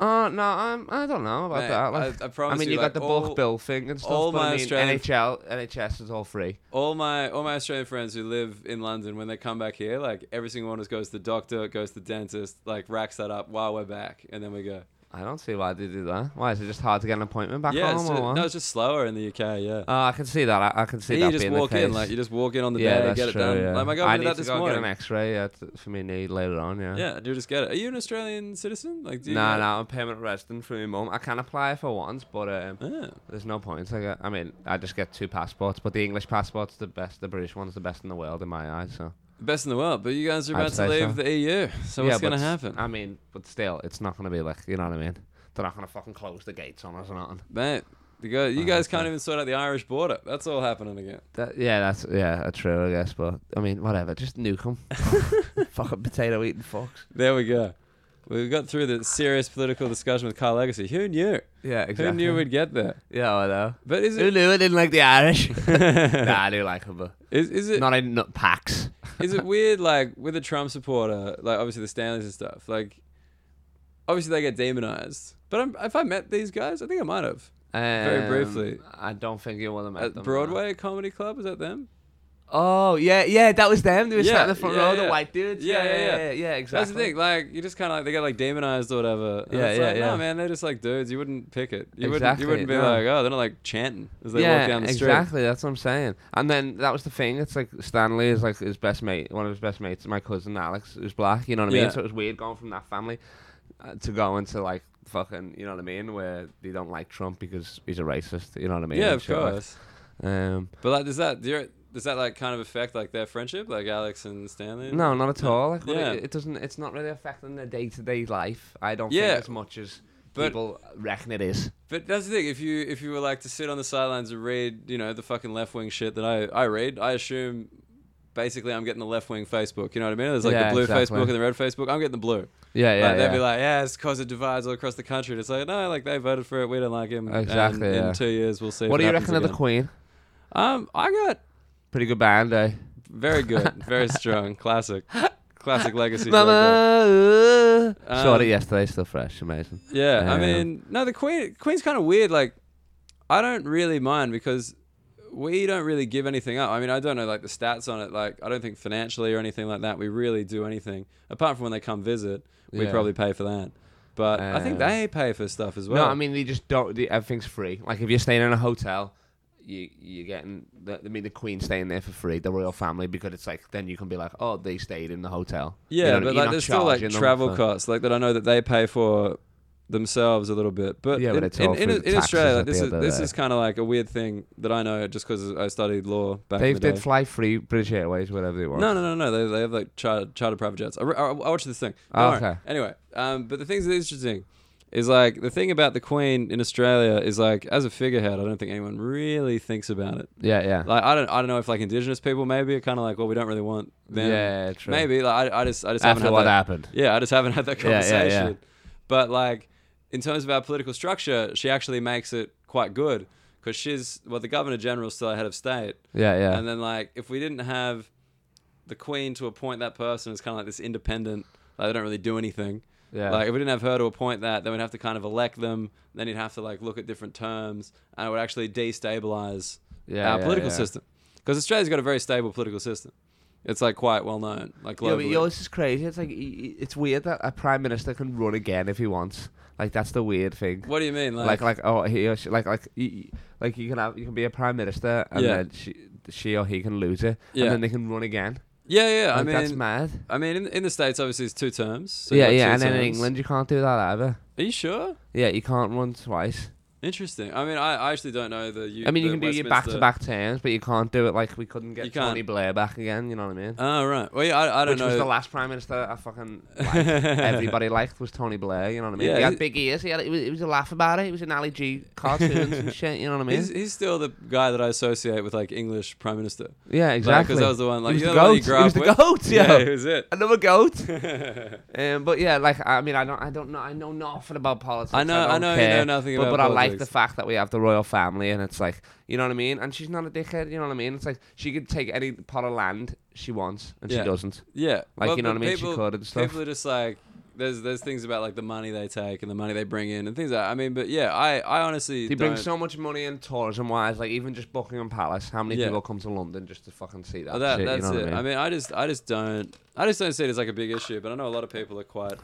oh no, I'm, I don't know about
Mate,
that. Like,
I- I promise
mean,
you,
got
like,
the bulk
all-
bill thing and stuff.
all
but I
my
mean,
Australian-
NHL, NHS is all free.
all my all my Australian friends who live in London when they come back here, like every single one of us goes to the doctor, goes to the dentist, like racks that up while we're back, and then we go.
I don't see why they do that. Why is it just hard to get an appointment back
yeah,
home?
it's
or
just,
what?
no, it's just slower in the UK. Yeah,
Oh, I can see that. I, I can see
Here
that
you just
being
walk
the case.
in, like you just walk in on the
yeah,
day,
that's
get it
true,
done.
Yeah.
Like my
I
girlfriend
need
did that
to
this
go
morning.
get an X-ray yeah, t- for me knee later on. Yeah.
yeah, you just get it. Are you an Australian citizen? Like, do you
Nah,
know-
nah, I'm permanent resident for my mum. I can apply for once, but um,
Yeah.
there's no point. I, get, I mean, I just get two passports, but the English passport's the best. The British one's the best in the world in my eyes. So
Best in the world, but you guys are
I'd
about to
say
leave
so.
the EU. So
yeah,
what's
but
gonna
s-
happen,
I mean, but still, it's not gonna be like you know what I mean. They're not gonna fucking close the gates on us or nothing.
mate? You, go, you
I
guys
hope
can't
so.
even sort out the Irish border. That's all happening again.
That, yeah, that's yeah, that's true, I guess. But I mean, whatever. Just nuke 'em. fucking potato eating fox.
There we go. We got through the serious political discussion with Carl Legacy. Who knew?
Yeah, exactly.
Who knew we'd get there?
Yeah, I know.
But is
Who
it
knew I didn't like the Irish? nah, I do like them, but
is, is it
not in nut packs.
is it weird like with a Trump supporter, like obviously the Stanleys and stuff, like obviously they get demonized. But I'm, if I met these guys, I think I might have
Um,
briefly.
I don't think you want to met
at
them.
Broadway Comedy Club. Is that them?
Oh yeah, yeah, that was them. They were
Yeah,
sat in the front
yeah,
row,
yeah.
the white dudes.
Yeah,
Yeah,
yeah,
yeah, yeah,
yeah.
yeah, exactly.
That's the thing. Like you just kind of like they get like demonized or whatever. And
Yeah,
it's
yeah,
like, No
yeah.
man, they're just like dudes. You wouldn't pick it. You wouldn't.
Exactly,
You wouldn't be
no.
like oh they're not like chanting as they
yeah,
walk down the street.
exactly. That's what I'm saying. And then that was the thing. It's like Stanley is like his best mate, one of his best mates. My cousin Alex is black. You know what I
Yeah.
mean? So it was weird going from that family uh, to go into like fucking. You know what I mean? Where they don't like Trump because he's a racist. You know what I mean?
Yeah,
And
of
shit like-
course.
Um,
But like, does that do you, does that like kind of affect like their friendship, like Alex and Stanley?
No, not at all. Like, what
Yeah.
it, it doesn't. It's not really affecting their day to day life. I don't
Yeah.
think as much as
But-
people reckon it is.
But that's the thing. If you if you were like to sit on the sidelines and read, you know, the fucking left wing shit that I I read, I assume basically I'm getting the left wing Facebook. You know what I mean? There's like
Yeah,
the blue
exactly.
Facebook and the red Facebook. I'm getting the blue.
Yeah,
like, they'd be like, yeah, it's cause it divides all across the country. And it's like no, like they voted for it. We don't like him. And
Exactly, yeah.
In two years, we'll see.
what do
if
you
it happens
reckon of the
again.
Queen?
Um, I got
Pretty good band, eh?
very good, very strong, classic, classic legacy. Joker.
Mama, uh, saw
Um,
it yesterday. Still fresh, amazing.
Yeah, I
Yeah.
mean, no, the Queen Queen's kind of weird. Like, I don't really mind because we don't really give anything up. I mean, I don't know like the stats on it. Like, I don't think financially or anything like that, we really do anything apart from when they come visit. We
Yeah.
probably pay for that, but I think
Uh,
they pay for stuff as well.
no, I mean they just don't. They, everything's free. Like if you're staying in a hotel, you you're getting. The, I mean the Queen staying there for free, the royal family, because it's like then you can be like, oh, they stayed in the hotel. You
yeah,
know,
but
you're
like
not
there's still like
charging them
travel
for-
costs, like that I know that they pay for themselves a little bit. But
Yeah,
in,
but it's
in,
all
in,
through the
in Australia, like,
taxes at
this
the
is
end of
this
the
is kind of like a weird thing that I know just because I studied law back. in
They
the
did
day.
fly free British Airways, whatever they want.
No, no, no, no. They, they have like charter, charter private jets. I, re- I, I watched this thing.
Oh,
Don't worry.
okay.
Anyway, um, but the thing that's interesting is like the thing about the Queen in Australia is like as a figurehead, I don't think anyone really thinks about it.
Yeah, yeah.
Like I don't, I don't know if like Indigenous people maybe are kind of like, well, we don't really want them.
Yeah, true.
Maybe like I, I just, I just haven't
After
had
what
that.
happened.
Yeah, I just haven't had that
Yeah, yeah,
conversation.
yeah.
But like in terms of our political structure, she actually makes it quite good because she's well, the Governor General's still our head of state.
Yeah, yeah.
And then like if we didn't have the queen to appoint that person as kind of like this independent, like they don't really do anything.
Yeah.
Like if we didn't have her to appoint that, then we'd have to kind of elect them. Then you'd have to like look at different terms, and it would actually destabilize
Yeah,
our
yeah,
political
yeah.
system. Because Australia's got a very stable political system. It's like quite well known, like
Yeah, but
globally.
yours is crazy. It's like y- y- it's weird that a prime minister can run again if he wants. Like that's the weird thing.
what do you mean?
Like, like, oh, he or she, like, like, y- y- like you can have, you can be a prime minister, and
Yeah.
then she, she or he can lose it,
Yeah.
and then they can run again.
yeah, yeah. I
Like,
mean,
that's mad.
I mean, in, in the states, obviously, it's two terms. So
yeah,
you've got
yeah,
two
and then in
terms.
England you can't do that either.
Are you sure?
Yeah, you can't run twice.
Interesting. I mean, I, I actually don't know the. U-
I mean, you
the
can do your
Westminster-
back-to-back terms, but you can't do it like we couldn't
You
get
can't.
Tony Blair back again. You know what I mean?
Oh right. Well, yeah, I, I don't
Which
know.
was the last prime minister I fucking liked. everybody liked was Tony Blair. You know what I mean?
Yeah,
he
he-
had big ears. He, had, he, was, he was a laugh about it. He was in Ali G cartoons and shit. You know what I mean?
He's, he's still the guy that I associate with like English prime minister.
yeah,
Like,
exactly.
that was the one. Like
he
you
was the
know one you
goat.
grew
He was
up
the
with?
goat. Yeah,
he was it.
another goat. um, but yeah, like I mean, I don't, I don't know, I know nothing about politics.
I know- I
don't
know you
care,
know nothing
but,
about
but I like
politics.
the fact that we have the royal family, and it's like, you know what I mean. And she's not a dickhead. You know what I mean? It's like she could take any pot of land she wants, and
Yeah.
she doesn't.
Yeah.
Like,
Well,
you know
but
what I mean? She
People,
could and stuff.
People are just like there's there's things about like the money they take and the money they bring in and things like I mean, but yeah, I I honestly
They
don't-
bring so much money in tourism wise, like even just Buckingham Palace. How many
Yeah.
people come to London just to fucking see that?
Oh, that,
shit,
that's
you know
it.
What I mean?
I just, I just don't, I just don't see it as like a big issue. But I know a lot of people are quite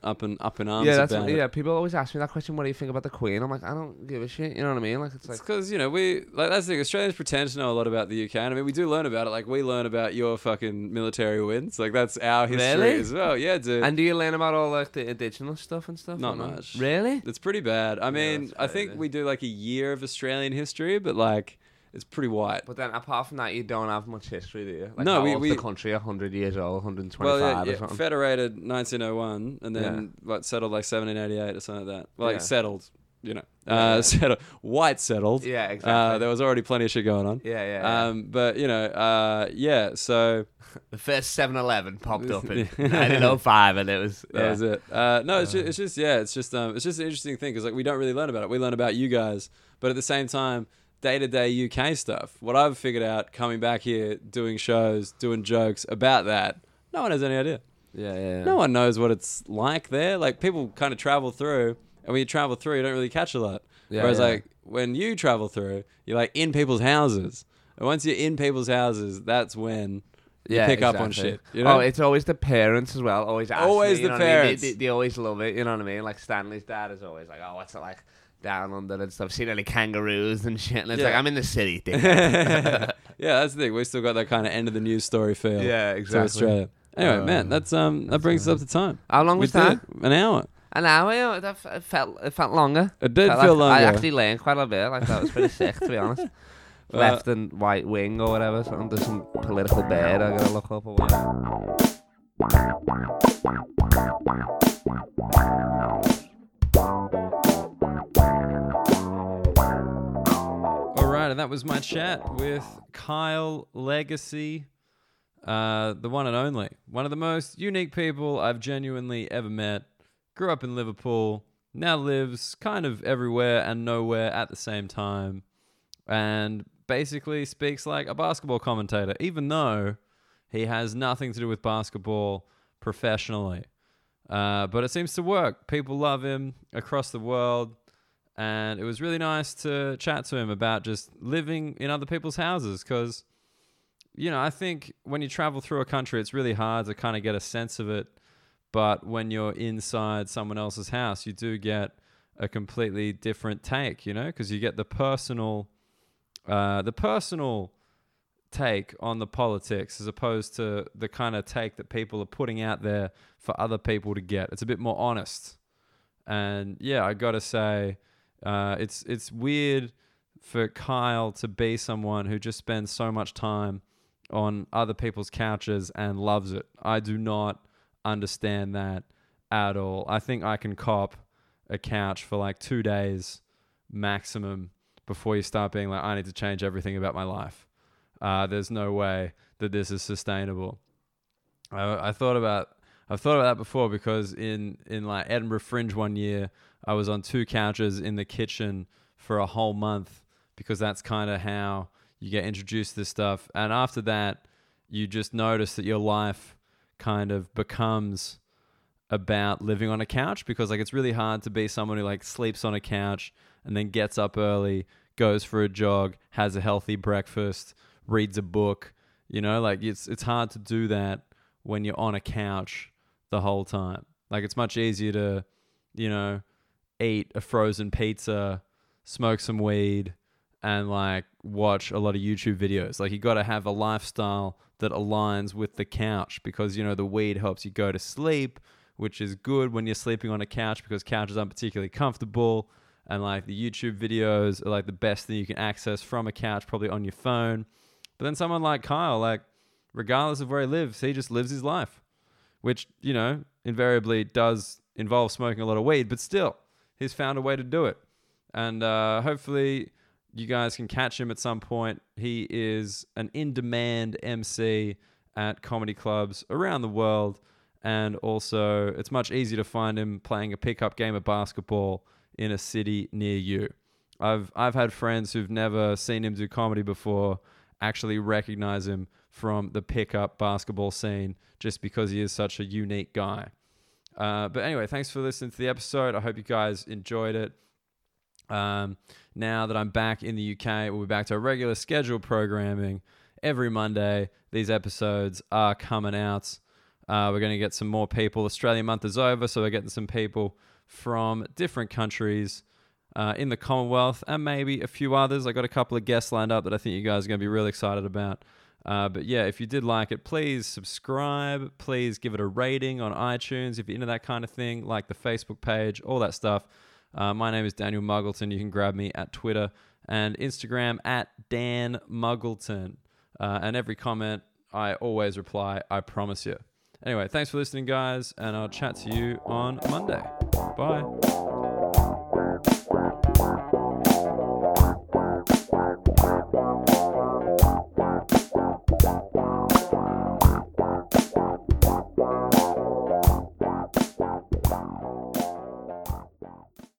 up and up in arms
yeah, that's
about it.
yeah. People always ask me that question. What do you think about the Queen? I'm like, I don't give a shit. You know what I mean? Like it's like
It's because you know we like that's the thing. Australians pretend to know a lot about the UK, and I mean we do learn about it. Like we learn about your fucking military wins. Like that's our history
Really?
as well. Yeah, dude.
And do you learn about all like the additional stuff and stuff?
Not
or no?
much.
Really?
it's pretty bad. I mean,
that's
I think
crazy.
we do like a year of Australian history, but like it's pretty white.
But then apart from that, you don't have much history, do you? Like,
No,
how
we-
old's
we-
the country 100 years old, 125
Well, yeah,
or
yeah,
something.
federated 1901, and then like settled like 1788 or something like that. Well, like
Yeah.
settled, you know,
Yeah,
uh,
yeah.
settled, white settled.
yeah,
Uh,
exactly.
there was already plenty of shit going on.
yeah, yeah. yeah.
Um, but you know, uh, yeah. So
the first 7-Eleven popped up in
Yeah.
1905, and it was.
That
yeah.
was it. Uh, no, it's just, it's just yeah, it's just um, it's just an interesting thing because like we don't really learn about it. We learn about you guys, but at the same time, day to day UK stuff. What I've figured out coming back here, doing shows, doing jokes about that, no one has any idea.
Yeah, yeah. yeah.
No one knows what it's like there. Like people kind of travel through, and when you travel through, you don't really catch a lot.
Yeah,
Whereas
yeah.
like when you travel through, you're like in people's houses, and once you're in people's houses, that's when you pick up on
exactly.
shit. You know?
Oh, it's always the parents as well. Always ask
Always
me,
the
you know what I mean? They-
parents.
They, they always love it. You know what I mean? Like Stanley's dad is always like, "Oh, what's it like down under and stuff? Seen any kangaroos and shit?" And it's
Yeah.
like, "I'm in the city." dick."
yeah, that's the thing. We still got that kind of end of the news story feel.
yeah,
To Australia. Anyway,
Uh,
man, that's um that brings us up to time.
How long
We
was
did
that?
it. An hour.
An hour. yeah, That f- it felt it felt longer.
It did
Felt
feel
like- I
longer. Uh,
actually learned quite a bit. Like that was pretty sick, to be honest. Left and right wing or whatever. So there's some political bird I gotta look up or whatever.
All right, and that was my chat with Kyle Legacy, uh, the one and only, one of the most unique people I've genuinely ever met. Grew up in Liverpool, now lives kind of everywhere and nowhere at the same time, and basically speaks like a basketball commentator, even though he has nothing to do with basketball professionally. Uh, but it seems to work. People love him across the world and it was really nice to chat to him about just living in other people's houses because you know i think when you travel through a country it's really hard to kind of get a sense of it but when you're inside someone else's house you do get a completely different take you know because you get the personal uh, the personal take on the politics as opposed to the kind of take that people are putting out there for other people to get it's a bit more honest and yeah, I gotta say, uh, it's it's weird for Kyle to be someone who just spends so much time on other people's couches and loves it. I do not understand that at all. I think I can cop a couch for like two days maximum before you start being like, I need to change everything about my life. Uh, there's no way that this is sustainable. I, I thought about I've thought about that before because in in like Edinburgh Fringe one year, I was on two couches in the kitchen for a whole month because that's kind of how you get introduced to this stuff. And after that, you just notice that your life kind of becomes about living on a couch because like it's really hard to be someone who like sleeps on a couch and then gets up early, goes for a jog, has a healthy breakfast, reads a book, you know, like it's it's hard to do that when you're on a couch the whole time. Like it's much easier to, you know, eat a frozen pizza, smoke some weed, and like watch a lot of YouTube videos. Like you got to have a lifestyle that aligns with the couch because you know the weed helps you go to sleep, which is good when you're sleeping on a couch because couches aren't particularly comfortable. And like the YouTube videos are like the best thing you can access from a couch, probably on your phone. But then someone like Kyle, like regardless of where he lives, he just lives his life which you know invariably does involve smoking a lot of weed but still he's found a way to do it and uh, hopefully you guys can catch him at some point he is an in-demand mc at comedy clubs around the world and also it's much easier to find him playing a pickup game of basketball in a city near you i've i've had friends who've never seen him do comedy before actually recognize him from the pickup basketball scene just because he is such a unique guy. Uh, but anyway, thanks for listening to the episode. I hope you guys enjoyed it. Um, now that I'm back in the UK, we'll be back to our regular schedule programming. Every Monday, these episodes are coming out. Uh, we're going to get some more people. Australia month is over, so we're getting some people from different countries uh, in the Commonwealth and maybe a few others. I got a couple of guests lined up that I think you guys are going to be really excited about. Uh, but yeah, if you did like it, please subscribe. Please give it a rating on iTunes if you're into that kind of thing, like the Facebook page, all that stuff. Uh, my name is Daniel Muggleton. You can grab me at Twitter and Instagram at Dan Muggleton. Uh, and every comment, I always reply, I promise you. Anyway, thanks for listening, guys, and I'll chat to you on Monday. Bye.